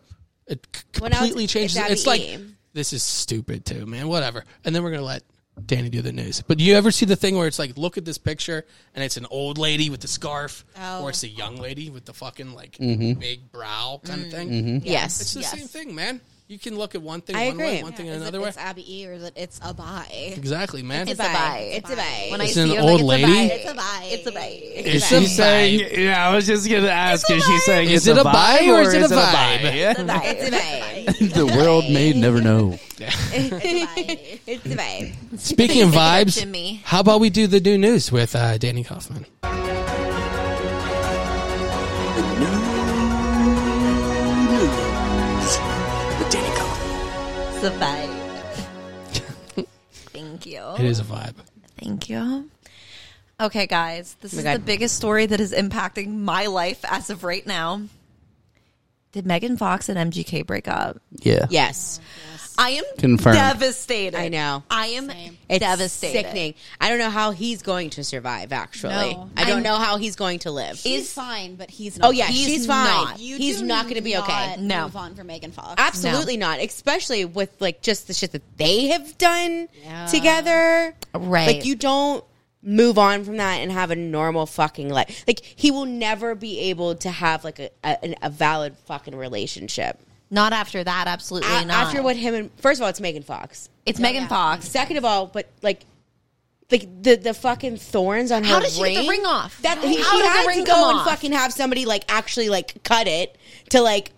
It c- Well, now it's- E. completely changes. it's It's, like WE. this is stupid too, man. Whatever. And then we're gonna let Danny do the news. But do you ever see the thing where it's like, look at this picture, and it's an old lady with the scarf, Oh. or it's a young lady with the fucking like Mm-hmm. big brow kind of thing? It's Mm. Yes. the same thing, man. You can look at one thing I one way, agree. one thing Is it- another way. It's Abby E, or is it it's a bye? Exactly, man. It's a buy. buy. It's It's a buy. When It's I an see her, old like, lady? It's It's a a bye. bye. It's a bye. Is She's she saying, saying yeah, I was just gonna ask her. She's saying, Is it's it a buy buy or is it a vibe? It's a Yeah. bye. It's a buy. The world may never know. It's a buy. Speaking of Thank you, vibes, Jimmy. how about we do the new news with uh, Danny Kaufman? It's a bye. Thank you. It is a vibe. Thank you. Okay, guys, this is God. the biggest story that is impacting my life as of right now. Did Megan Fox and MGK break up? Yeah. Yes. I am Confirmed. devastated. I know. I am It's devastated. sickening. I don't know how he's going to survive, actually. No. I don't I'm- know how he's going to live. She's fine, but he's not. oh, yeah, He's she's fine. not. You he's do not going to be okay. not No. Move on for Megan Fox. Absolutely not. Especially with, like, just the shit that they have done Yeah. together. Right. Like, you don't move on from that and have a normal fucking life. Like, he will never be able to have, like, a, a, an- a valid fucking relationship. Not after that, absolutely A- not. After what him and, first of all, it's Megan Fox. it's Megan Fox. Second of all, but like, like the the fucking thorns on her. How does she get the ring off? That he, How she does the had ring to go come and off? fucking have somebody like actually like cut it to like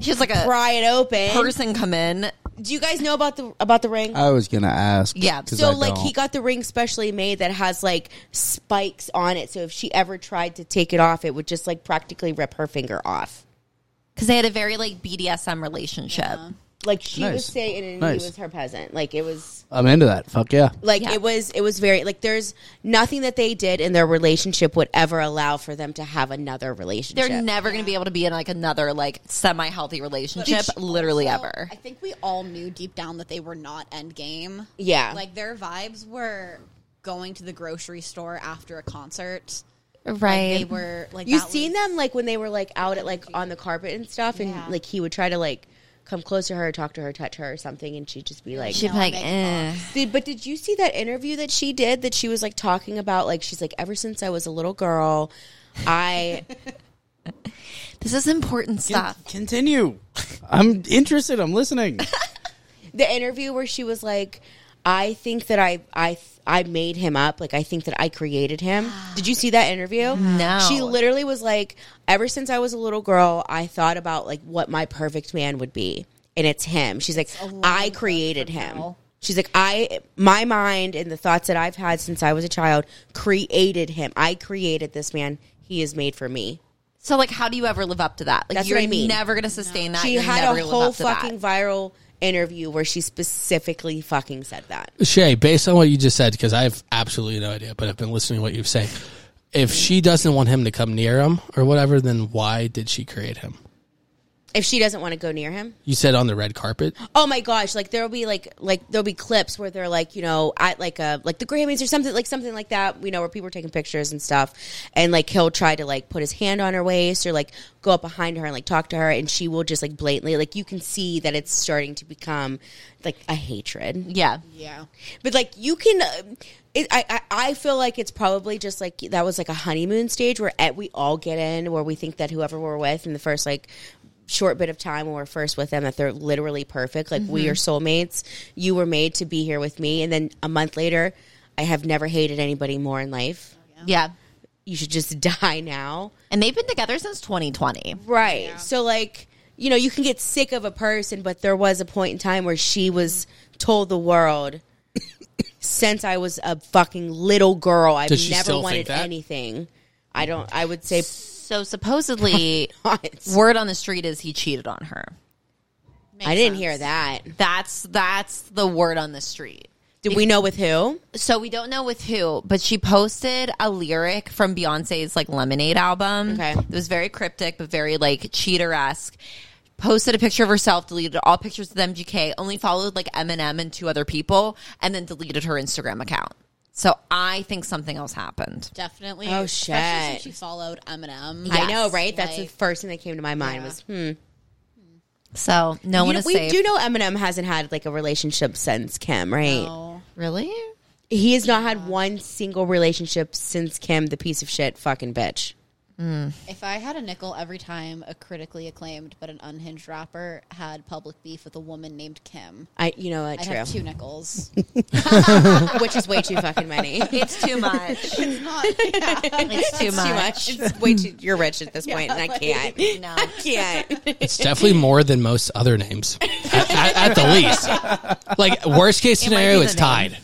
She's like a pry it open. person come in. Do you guys know about the about the ring? I was gonna ask. Yeah. 'cause so I like he don't. got the ring specially made that has like spikes on it. So if she ever tried to take it off, it would just like practically rip her finger off. Because they had a very like BDSM relationship. Like she was Nice. saying, and Nice. he was her peasant. Like it was. I'm into that. Fuck yeah. Like Yeah. it was, it was very like. There's nothing that they did in their relationship would ever allow for them to have another relationship. They're never going to be able to be in like another like semi healthy relationship, Did literally Also, ever. I think we all knew deep down that they were not endgame. Yeah. Like their vibes were going to the grocery store after a concert. Right. They were like you that seen was- them like when they were like out at like on the carpet and stuff, and Yeah. like he would try to like come close to her, talk to her, touch her or something, and she'd just be like. She'd be like, eh. Did, but did you see that interview that she did that she was like talking about like she's like ever since I was a little girl, I This is important stuff. Continue. I'm interested. I'm listening. the interview where she was like i think that i i i made him up like i think that i created him did you see that interview No. she literally was like ever since i was a little girl i thought about like what my perfect man would be and it's him she's like Oh, i created him She's like I my mind and the thoughts that I've had since I was a child created him. I created this man. He is made for me. So like, how do you ever live up to that? Like, That's you're what I mean. never going to sustain that. She You're had never a gonna live whole up to that. fucking viral interview where she specifically fucking said that. Shay, based on what you just said, because I have absolutely no idea, but I've been listening to what you've said. If she doesn't want him to come near him or whatever, then why did she create him? If she doesn't want to go near him, You said on the red carpet. oh my gosh, like there'll be like like there'll be clips where they're like you know at like a like the Grammys or something like something like that. You know where people are taking pictures and stuff, and like he'll try to like put his hand on her waist or like go up behind her and like talk to her, and she will just like blatantly like you can see that it's starting to become like a hatred. Yeah, yeah, but like you can. uh, It, I, I I feel like it's probably just like that was like a honeymoon stage where at, we all get in where we think that whoever we're with in the first like short bit of time when we're first with them that they're literally perfect. Like we Mhm. are soulmates. You were made to be here with me. And then a month later, I have never hated anybody more in life. Yeah. You should just die now. And they've been together since 2020. Right. So like, you know, you can get sick of a person, but there was a point in time where she was told the world since I was a fucking little girl, I've Does she never still think wanted that? anything. I don't I would say So supposedly, word on the street is he cheated on her. I didn't hear that. That's that's the word on the street. Do we know with who? So we don't know with who, but she posted a lyric from Beyonce's like Lemonade album. Okay. It was very cryptic but very like cheater esque. Posted a picture of herself, deleted all pictures of MGK, only followed like Eminem and two other people, and then deleted her Instagram account. So I think something else happened. Definitely. Oh, Especially shit. since She followed Eminem. I know, right? That's the Like, first thing that came to my mind Yeah. was hmm. So no You one know- is we safe. do know Eminem hasn't had like a relationship since Kim, right? Really? He has not had one single relationship since Kim, the piece of shit fucking bitch. If I had a nickel every time a critically acclaimed but an unhinged rapper had public beef with a woman named Kim, I, you know what? I'd True. have two nickels. Which is way too fucking many. It's too much. it's not. yeah. It's too It's much. It's way too. You're rich at this point, and I can't. No. I can't. It's definitely more than most other names, at, at- at the least. Like worst case scenario, it's tied.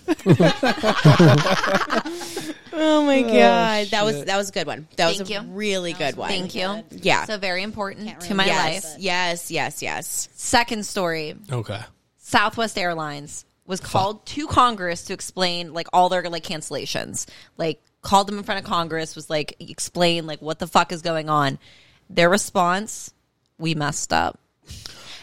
Oh my Oh, god, that was shit. that was a good one. That was Thank a you. really good one. Thank you. Yeah. So very important to my yes, life. Yes, yes, yes. Second story. Okay. Southwest Airlines was called to Congress to explain like all their like cancellations. Like called them in front of Congress was like explain like what the fuck is going on. Their response, we messed up.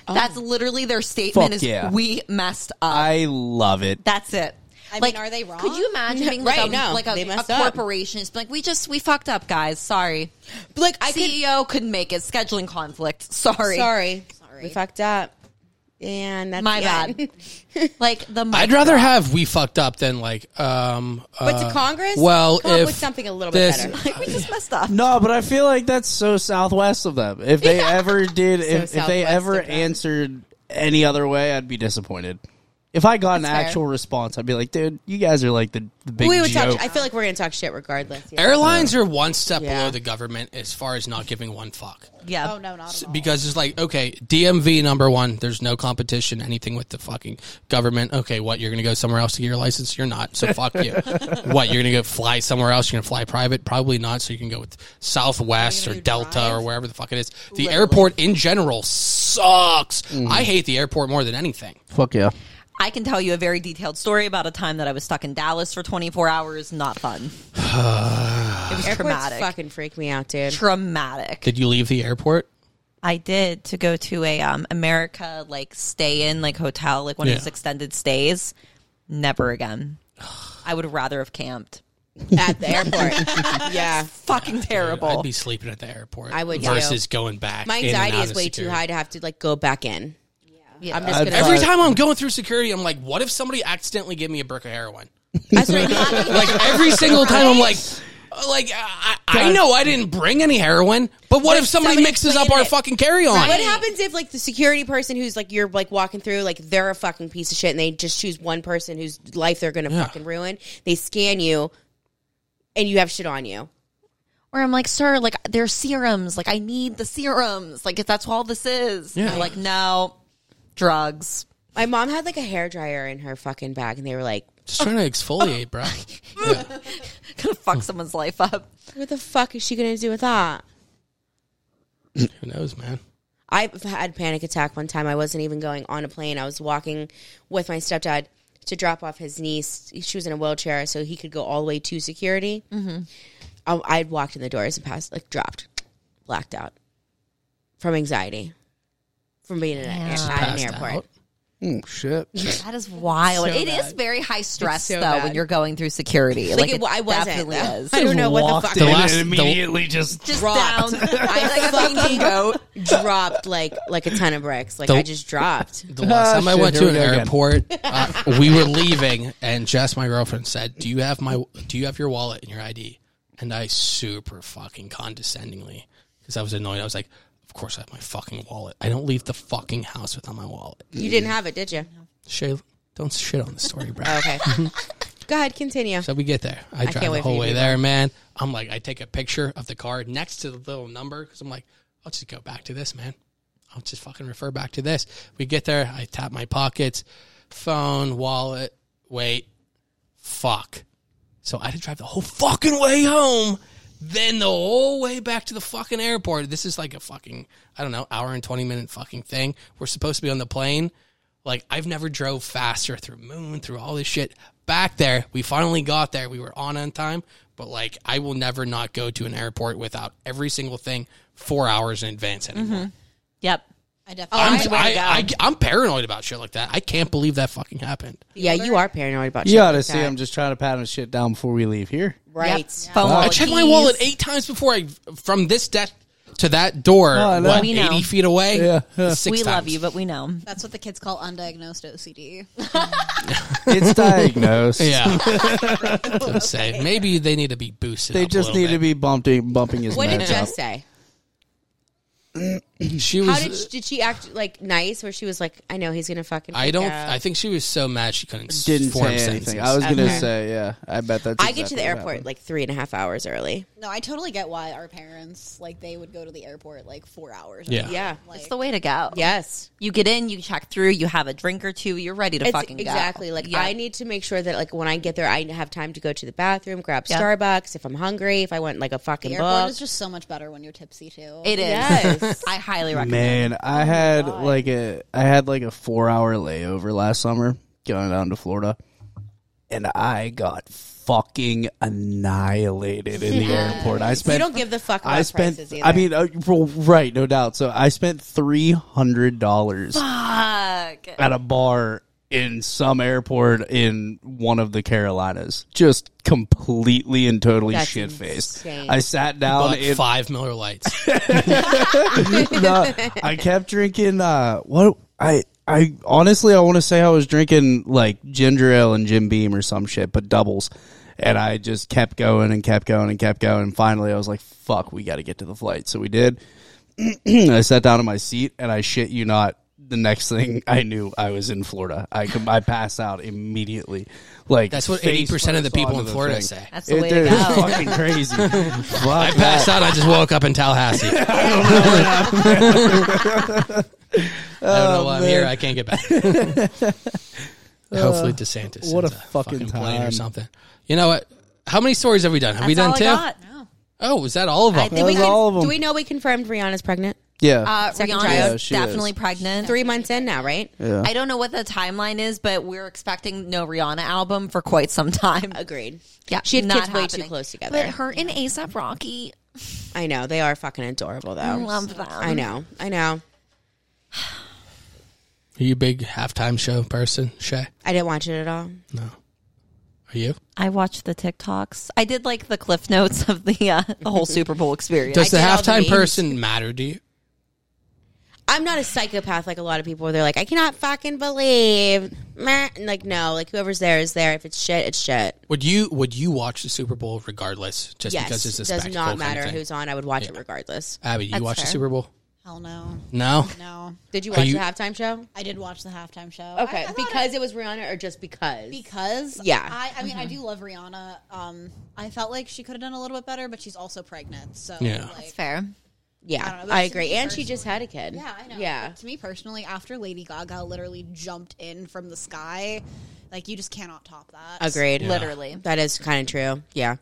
That's literally their statement Fuck is yeah. we messed up. I love it. That's it. I like, mean, are they wrong? Could you imagine No, being like right, a, no, like a, they a messed up. corporation? It's like we just we fucked up, guys. Sorry. Like I CEO could, not make it. Scheduling conflict. Sorry. sorry, sorry. We fucked up, and that's My the bad. end. like the I'd rather have we fucked up than like um. But to uh, Congress, Well, come up if with something a little this- bit better. we just messed up. No, but I feel like that's so southwest of them. If they ever did, if, if they southwest ever of them. answered any other way, I'd be disappointed. If I got an That's fair. actual response, I'd be like, dude, you guys are like the, the big we would joke. talk. I feel like we're gonna talk shit regardless. yeah. Airlines are one step Yeah. below the government as far as not giving one fuck. Yeah. Oh no, not at all. Because it's like, okay, DMV number one, there's no competition, anything with the fucking government. Okay, what, you're going to go somewhere else to get your license? You're not, so fuck you. what, you're going to go fly somewhere else? You're going to fly private? Probably not, so you can go with Southwest or Delta or wherever the fuck it is. The airport in general sucks. Mm-hmm. I hate the airport more than anything. Fuck yeah. I can tell you a very detailed story about a time that I was stuck in Dallas for 24 hours. Not fun. it was Airports traumatic. fucking freak me out, dude. Traumatic. Did you leave the airport? I did to go to a um, America like stay in like hotel, like one Yeah. of those extended stays. Never again. I would rather have camped. At the airport, yeah. Fucking terrible. I'd be sleeping at the airport. I would, too. Versus going back. My in and anxiety out is of way too security. high to have to like go back in. Yeah. I'm just gonna Every time I'm going through security, I'm like, what if somebody accidentally gave me a brick of heroin? That's what I'm- like every single time I'm like like I, I know I didn't bring any heroin, but what if somebody, somebody mixes up planted our it. fucking carry on? What happens if like the security person who's like you're like walking through like they're a fucking piece of shit and they just choose one person whose life they're gonna Yeah. fucking ruin? They scan you and you have shit on you. Or I'm like, sir, like there's serums. Like I need the serums. Like if that's all this is. Yeah. They're like, no, drugs. My mom had like a hair dryer in her fucking bag and they were like, Just trying to exfoliate, bro. Gonna fuck someone's life up. "What the fuck is she gonna do with that?" Who knows, man? I've had panic attack one time. I wasn't even going on a plane. I was walking with my stepdad to drop off his niece. She was in a wheelchair, so he could go all the way to security. Mhm. I, I'd walked in the doors and passed, like dropped, blacked out from anxiety from being in an, Just at an passed airport. out? Hmm, Oh shit! That is wild. It is very high stress so though bad. when you're going through security. Like, Like, it- it, I wasn't, definitely though. is. I don't know what the Walked fuck- in and last- it immediately just Just dropped. down. I Like a fucking fucking goat. dropped like like a ton of bricks. Like The- I just dropped. The last time I shit, went here to we an go again. airport, uh, we were leaving, and Jess, my girlfriend, said, "Do you have my Do you have your wallet and your ID?" And I super fucking condescendingly, because I was annoyed. I was like, "Of course I have my fucking wallet. I don't leave the fucking house without my wallet." You didn't have it, did you? Shay, don't shit on the story, bro. Okay. Go ahead, continue. So we get there. I I drive can't wait the for whole you to way be there, man. I'm like, I take a picture of the card next to the little number because I'm like, I'll just go back to this, man. I'll just fucking refer back to this. We get there. I tap my pockets, phone, wallet. Wait, fuck. So I had to drive the whole fucking way home, then the whole way back to the fucking airport. This is like a fucking I don't know hour and twenty minute fucking thing. We're supposed to be on the plane. Like I've never drove faster through Moon through all this shit. Back there, we finally got there. We were on on time, but like I will never not go to an airport without every single thing four hours in advance anymore. Mm-hmm. Yep. I definitely. I'm, way to I, go. I, am paranoid about shit like that. I can't believe that fucking happened. yeah, you are paranoid about shit You ought to like see that. him just trying to pat his shit down before we leave here. Right. Phone Oh, I checked my wallet eight times before I from this desk to that door. Oh, I know. what, We know. eighty feet away? Yeah. Six we love times. you, but we know. That's what the kids call undiagnosed OCD. It's diagnosed. Yeah, That's what I'm saying. maybe they need to be boosted. They up a just little need to bit. be bumping bumping his What did meds up. Jess say? She was. How did she, did she act like nice, where she was like, "I know he's gonna fucking." I freak don't. out. I think she was so mad she couldn't Didn't form say sentences. anything. I was gonna Okay. say, yeah. I bet that's. I get to exactly the what airport happened. like three and a half hours early. no, I totally get why our parents like they would go to the airport like four hours. Yeah. Yeah. Like, It's the way to go. Yes. You get in, you check through, you have a drink or two, you're ready to It's fucking go. exactly like Yeah. I need to make sure that like when I get there, I have time to go to the bathroom, grab Yeah. Starbucks if I'm hungry, if I want like a fucking the book. airport is just so much better when you're tipsy too. It is. Yes. I highly recommend. Man, I Oh had like a I had like a four hour layover last summer going down to Florida, and I got fucking annihited in the airport. I you spent don't give the fuck. About I spent Prices either. I mean uh, well, right no doubt. So I spent three hundred dollars Fuck. at a bar in some airport in one of the Carolinas, just completely and totally That's shit faced. insane. I sat down Bought in five Miller Lights. no, I kept drinking. Uh, what I I honestly I want to say I was drinking like ginger ale and Jim Beam or some shit, but doubles. And I just kept going and kept going and kept going. And finally, I was like, "Fuck, we got to get to the flight." So we did. I sat down in my seat, and I shit you not. The next thing I knew, I was in Florida. I com- I passed out immediately. Like That's what face 80% of the first people onto in the Florida thing. say. That's the way to It- it's go. fucking crazy. Fuck I passed out. I just woke up in Tallahassee. I don't know. Oh, why I'm here. I can't get back. Hopefully, DeSantis. Uh, what sends a fucking plane or time. something. You know what? How many stories have we done? Have we done That's two? all I got. Oh, is that all of them? Did we That was all of con- do them. we know we confirmed Rihanna's pregnant? Yeah. Uh, Second Rihanna's child? Yeah, she definitely is. pregnant. Three months in now, right? yeah. I don't know what the timeline is, but we're expecting no Rihanna album for quite some time. Agreed. Yeah, She had not kids way too happening. close together. But her and ASAP Rocky, I know they are fucking adorable though. I love them. I know. I know. Are you a big halftime show person, Shay? I didn't watch it at all. No. Are you? I watched the TikToks. I did like the cliff notes of the uh, the whole Super Bowl experience. Does the did all the halftime memes. person matter to you? I'm not a psychopath like a lot of people. Where they're like, I cannot fucking believe. Meh. And, Like no, like whoever's there is there. If it's shit, it's shit. Would you would you watch the Super Bowl regardless? Just yes, because it's a does spectacle not kind of matter thing? who's on. I would watch it regardless. Abby, you That's watch the fair. Super Bowl? Hell no, No. no. Did you Are watch you- the halftime show? I did watch the halftime show. Okay, I- I thought it- because it was Rihanna, or just because? because Yeah. I, I mean I Mm-hmm. do love Rihanna. Um, I felt like she could have done a little bit better, but she's also pregnant. So Yeah. like, That's fair. I yeah, don't know, but I, to agree. me And she just had a kid. Yeah, I know. Yeah, But to me personally, after Lady Gaga literally jumped in from the sky, like you just cannot top that. agreed. Literally. That is kind of true. Yeah,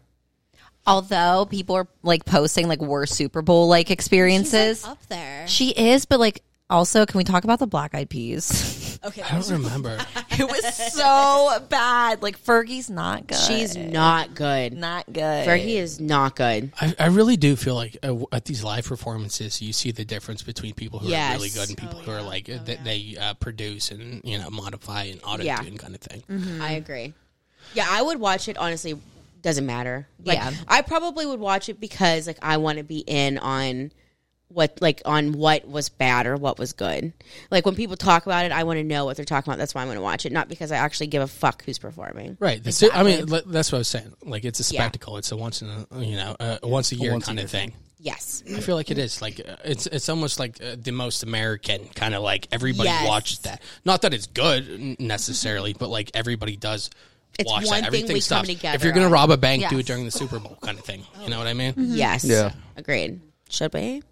Although people are like posting like worst Super Bowl like experiences She's, like, up there. She is, but like also, can we talk about the Black Eyed Peas? Okay, I don't remember. it was so bad. Like Fergie's not good. She's not good. not good. Fergie is not good. I, I really do feel like uh, w- at these live performances, you see the difference between people who are really Yes. good and people who are like that they uh, produce and you know modify and auto tune Yeah. Mm-hmm. kind of thing. Mm. I agree. Yeah, I would watch it honestly. Doesn't matter. Like, Yeah. I probably would watch it because like I want to be in on what like on what was bad or what was good. Like when people talk about it, I want to know what they're talking about. That's why I'm going to watch it, not because I actually give a fuck who's performing. Right. The si- I mean, li- that's what I was saying. Like it's a spectacle. It's a once in a you know uh, a once a year kind of thing. Yes. I feel like it is like uh, it's it's almost like uh, the most American kind of like everybody Yes. watches that. Not that it's good n- necessarily, but like everybody does. It's watch one that. thing Everything we come stops. if together you're gonna on. Mm-hmm. rob a bank, do Yes. it during the Super Bowl kind of thing. You know what I mean? Yes. Yeah. Agreed. Should we?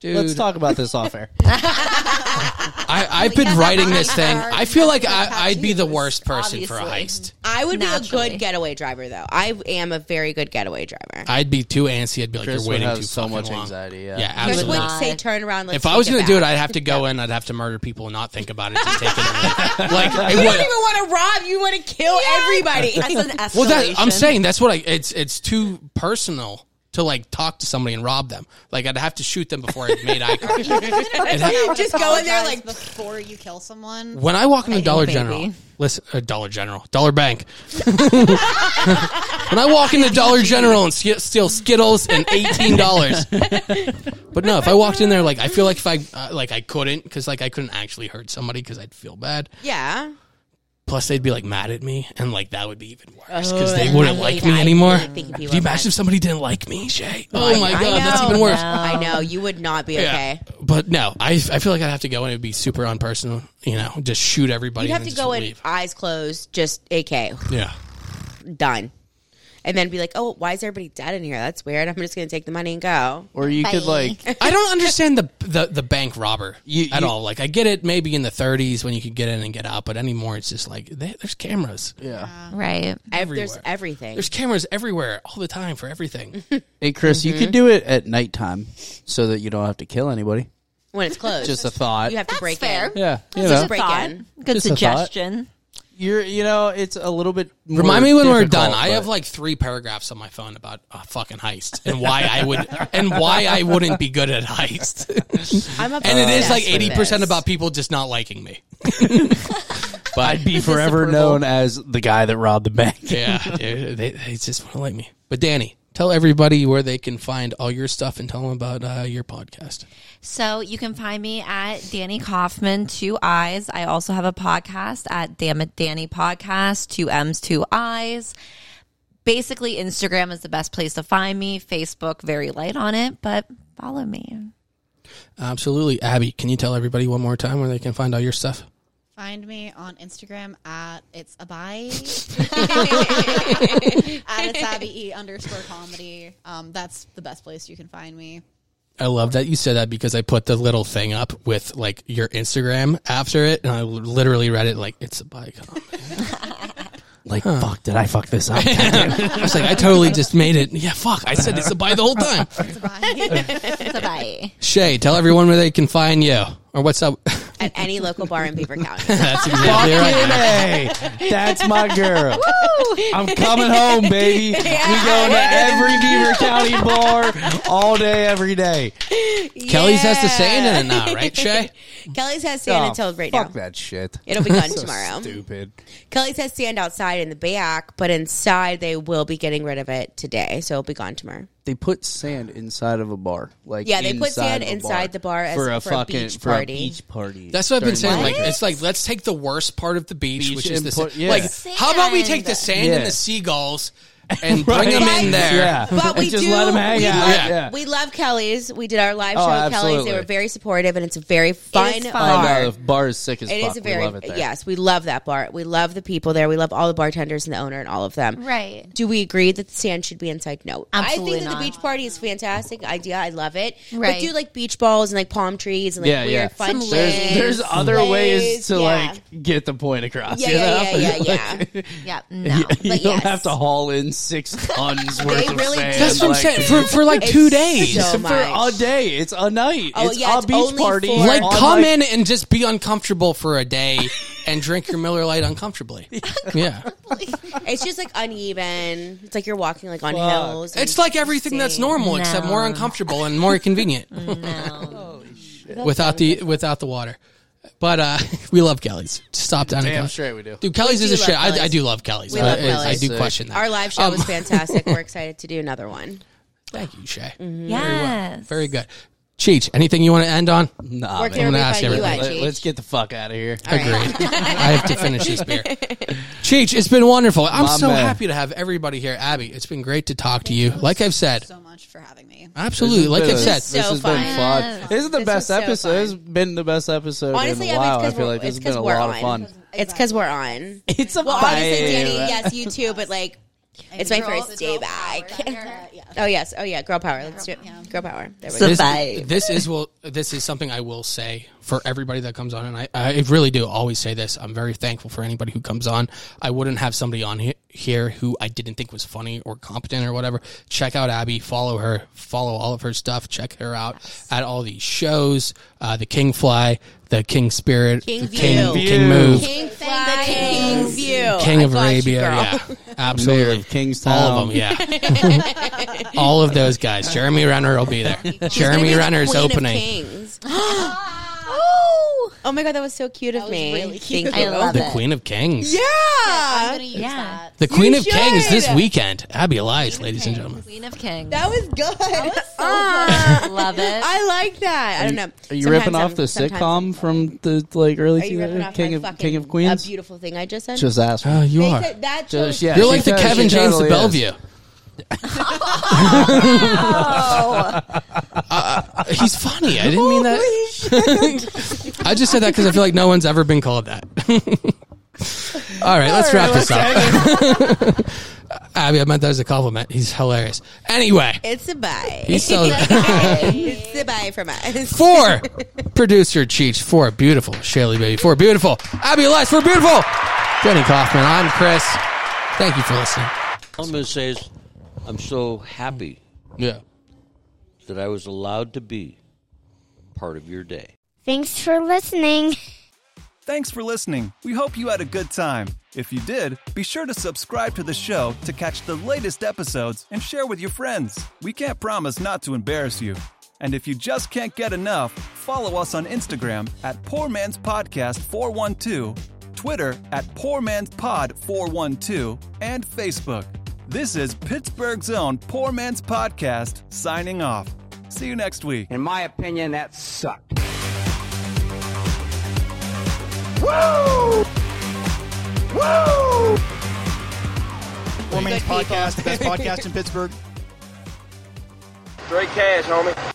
Dude, Let's talk about this off air. I, I've been writing this thing. I feel like I, I'd be the worst person for a heist. obviously. I would Naturally. be a good getaway driver though. I am a very good getaway driver. I'd be too antsy. I'd be like, Chris you're would waiting have too so fucking much long. anxiety, yeah. yeah, Chris absolutely. wouldn't say turn around. Let's if I was going gonna to do it, I'd have to go in. I'd have to murder people and not think about it. Just take it. and- like it you would- don't even want to rob. You want to kill everybody. That's an escalation. well, that, I'm saying that's what I. It's it's too personal to like talk to somebody and rob them. Like I'd have to shoot them before I made eye contact. Just go in there like Apologize before you kill someone. When I walk into Dollar baby. General, listen, uh, Dollar General, Dollar Bank. when I walk into Dollar General and sk- steal Skittles and eighteen dollars, but no, if I walked in there like I feel like if I uh, like I couldn't because like I couldn't actually hurt somebody because I'd feel bad. yeah. Plus they'd be like mad at me and like that would be even worse Oh, because they I wouldn't hate- like I me hate anymore. thinking Could people you are imagine mad. if somebody didn't like me, Shay? Oh, my I god, that's know. even worse. I know you would not be okay. But no, I I feel like I'd have to go and it'd be super unpersonal. You know, just shoot everybody. You'd have and to then go just in leave. eyes closed, just AK Yeah. done, and then be like, "Oh, why is everybody dead in here? That's weird. I'm just going to take the money and go." Or you could like I don't understand the the, the bank robber You- at you- all. Like I get it maybe in the 30s when you could get in and get out, but anymore it's just like there there's cameras. Yeah. right. Ev- There's Everywhere. everything. There's cameras everywhere all the time for Mm-hmm. everything. Hey Chris, you could do it at nighttime so that you don't have to kill anybody. when it's closed. Just a thought. you have to That's break fair. in. yeah. You Just know. break Thought. in. Good Just a thought. suggestion. You're you know, it's a little bit more Remind me when we're difficult, done. I but- have like three paragraphs on my phone about a fucking heist and why I would and why I wouldn't be good at heist. I'm and Uh, it is like obsessed with eighty percent this. about people just not liking me. I'd be forever known as the guy that robbed the bank. Yeah, dude, they, they just want to like me. But Danny, tell everybody where they can find all your stuff and tell them about uh, your podcast. So you can find me at Danny Kaufman, two eyes. I also have a podcast at Damn It Danny Podcast, two M's, two eyes. Basically, Instagram is the best place to find me. Facebook, very light on it, but follow me. Absolutely, Abby. Can you tell everybody one more time where they can find all your stuff? Find me on Instagram at it's abide at it's abby E underscore comedy. Um, that's the best place you can find me. I love that you said that because I put the little thing up with like your Instagram after it, and I literally read it like it's a bygone. Like, fuck, did I fuck this up? I was like, I totally just made it. Yeah, fuck. I said it's a buy the whole time. So bye. Shay, tell everyone where they can find you or what's up. at any local bar in Beaver County. That's exactly right. hey, that's my girl. I'm coming home, baby. We going to every Beaver County bar all day, every day. Kelly's has to say it in it now, right, Shay? Kelly's has sand Oh, until right fuck now. that shit. It'll be gone tomorrow. Stupid. Kelly's has sand outside in the back, but inside they will be getting rid of it today, so it'll be gone tomorrow. They put sand inside of a bar. Like Yeah, they put inside sand of a inside the bar as- for a beach party. beach party. That's what I've been During saying. the Like weekend. it's like let's take the worst part of the beach, Beach which is the input, sa- yeah. like. How about we Sand. take the sand and Yeah. the seagulls and bring them in Right. there? Yeah. But we And just do let them hang we out. Love, Yeah. We love Kelly's. We did our live Oh, show at Kelly's. absolutely. They were very supportive, and it's a very fun, fun. Oh, bar. no, the bar is sick as It fuck. is a very we love it there. yes. We love that bar. We love the people there. We love all the bartenders and the owner and all of them. Right. Do we agree that the sand should be inside? No. Absolutely I think that not. the beach party is fantastic idea. I love it. Right. But do like beach balls and like palm trees and like Yeah, weird yeah. fun. Some There's shit. there's other Plays, ways to yeah. like get the point across. Yeah, you know? yeah, yeah, yeah, yeah. Yeah, no. you But don't yes. have to haul in six tons worth of really sand. do. That's what I'm saying, for- for, like, two It's days. so for a much. day. It's a night. Oh, it's yeah, a it's beach only party. for- Like, on, come like- in and just be uncomfortable for a day and drink your Miller Lite uncomfortably. Yeah. It's just like uneven. It's like you're walking like on Fuck. hills. and It's like everything that's sand. normal, except more No. uncomfortable and more convenient without the without the water. But uh, we love Kelly's. Stop down. at Damn Kelly's. straight we do. Dude, Kelly's We is a do love shit. I, Kelly's. I do love Kelly's. We I, love I- I Kelly's. do question that. Our live show Um, was fantastic. We're excited to do another one. Thank you, Shay. Mm-hmm. Yes. Very good. Cheech, anything you want to end on? Nah, Where man. can I'm gonna everybody ask find you everybody. Let, at, Cheech? us get the fuck out of here. Agreed. I have to finish this beer. Cheech, it's been wonderful. I'm My so man. happy to have everybody here. Abby, it's been great to talk to you. Like I've said, so much for having me. absolutely. Like I've said, so fun. This is the This best was so episode. fun. It's been the best episode Honestly, in I a while. mean, I it's feel because like we're, this it's has been 'cause a we're lot on. of fun. It's because we're on. It's a Well, honestly, vibe. Danny, yes, you too, but like, it's my first day back. Oh yes, oh yeah, girl power. Let's do it. Girl power. There we go. this, Survive. this is will this is something I will say for everybody that comes on, and I, I really do always say this. I'm very thankful for anybody who comes on. I wouldn't have somebody on he- here who I didn't think was funny or competent or whatever. Check out Abby, follow her, follow all of her stuff. Check her out at all these shows, uh, the King Fly, the King Spirit, King the King, View. King Move, King, King fly, King view, of I got you, Arabia, girl. yeah, absolutely. Kingstown. All of them, yeah. All of those guys. Jeremy Renner will be there. She's gonna be Jeremy the Renner's queen of opening. kings. oh, oh my god, that was so cute of me. Thank I you. love The it. Queen of Kings. Yeah, Yeah. The Queen of should. Kings this weekend. Abby Elias, ladies and gentlemen. Queen of Kings. that was good. Ah, Love it. I like that. I don't know. Are you Sometimes ripping off I'm- the sometimes- sitcom from the like early Are you Uh, ripping off King my of fucking- King of A Queens? beautiful thing I just said. Just ask. me. Uh, you They are. said that Just- shows- yeah, You're she like the does- Kevin she James of totally is. Bellevue. Uh, he's funny. I didn't mean Oh, that. I just said that because I feel like no one's ever been called that. All right, let's wrap this up. Abby, I meant that as a compliment. He's hilarious. Anyway, It's a bye. he's so. it's a bye from us. for producer Cheech, for beautiful Shaley Baby, for beautiful Abby Elias, for beautiful Jenny Kaufman. I'm Chris. Thank you for listening. All I'm going to say is I'm so happy Yeah. that I was allowed to be part of your day. Thanks for listening. Thanks for listening. We hope you had a good time. If you did, be sure to subscribe to the show to catch the latest episodes and share with your friends. We can't promise not to embarrass you. And if you just can't get enough, follow us on Instagram at Poor Man's Podcast 412, Twitter at Poor Man's Pod 412, and Facebook. This is Pittsburgh's own Poor Man's Podcast signing off. See you next week. In my opinion, that sucked. Good people. Straight cash, homie.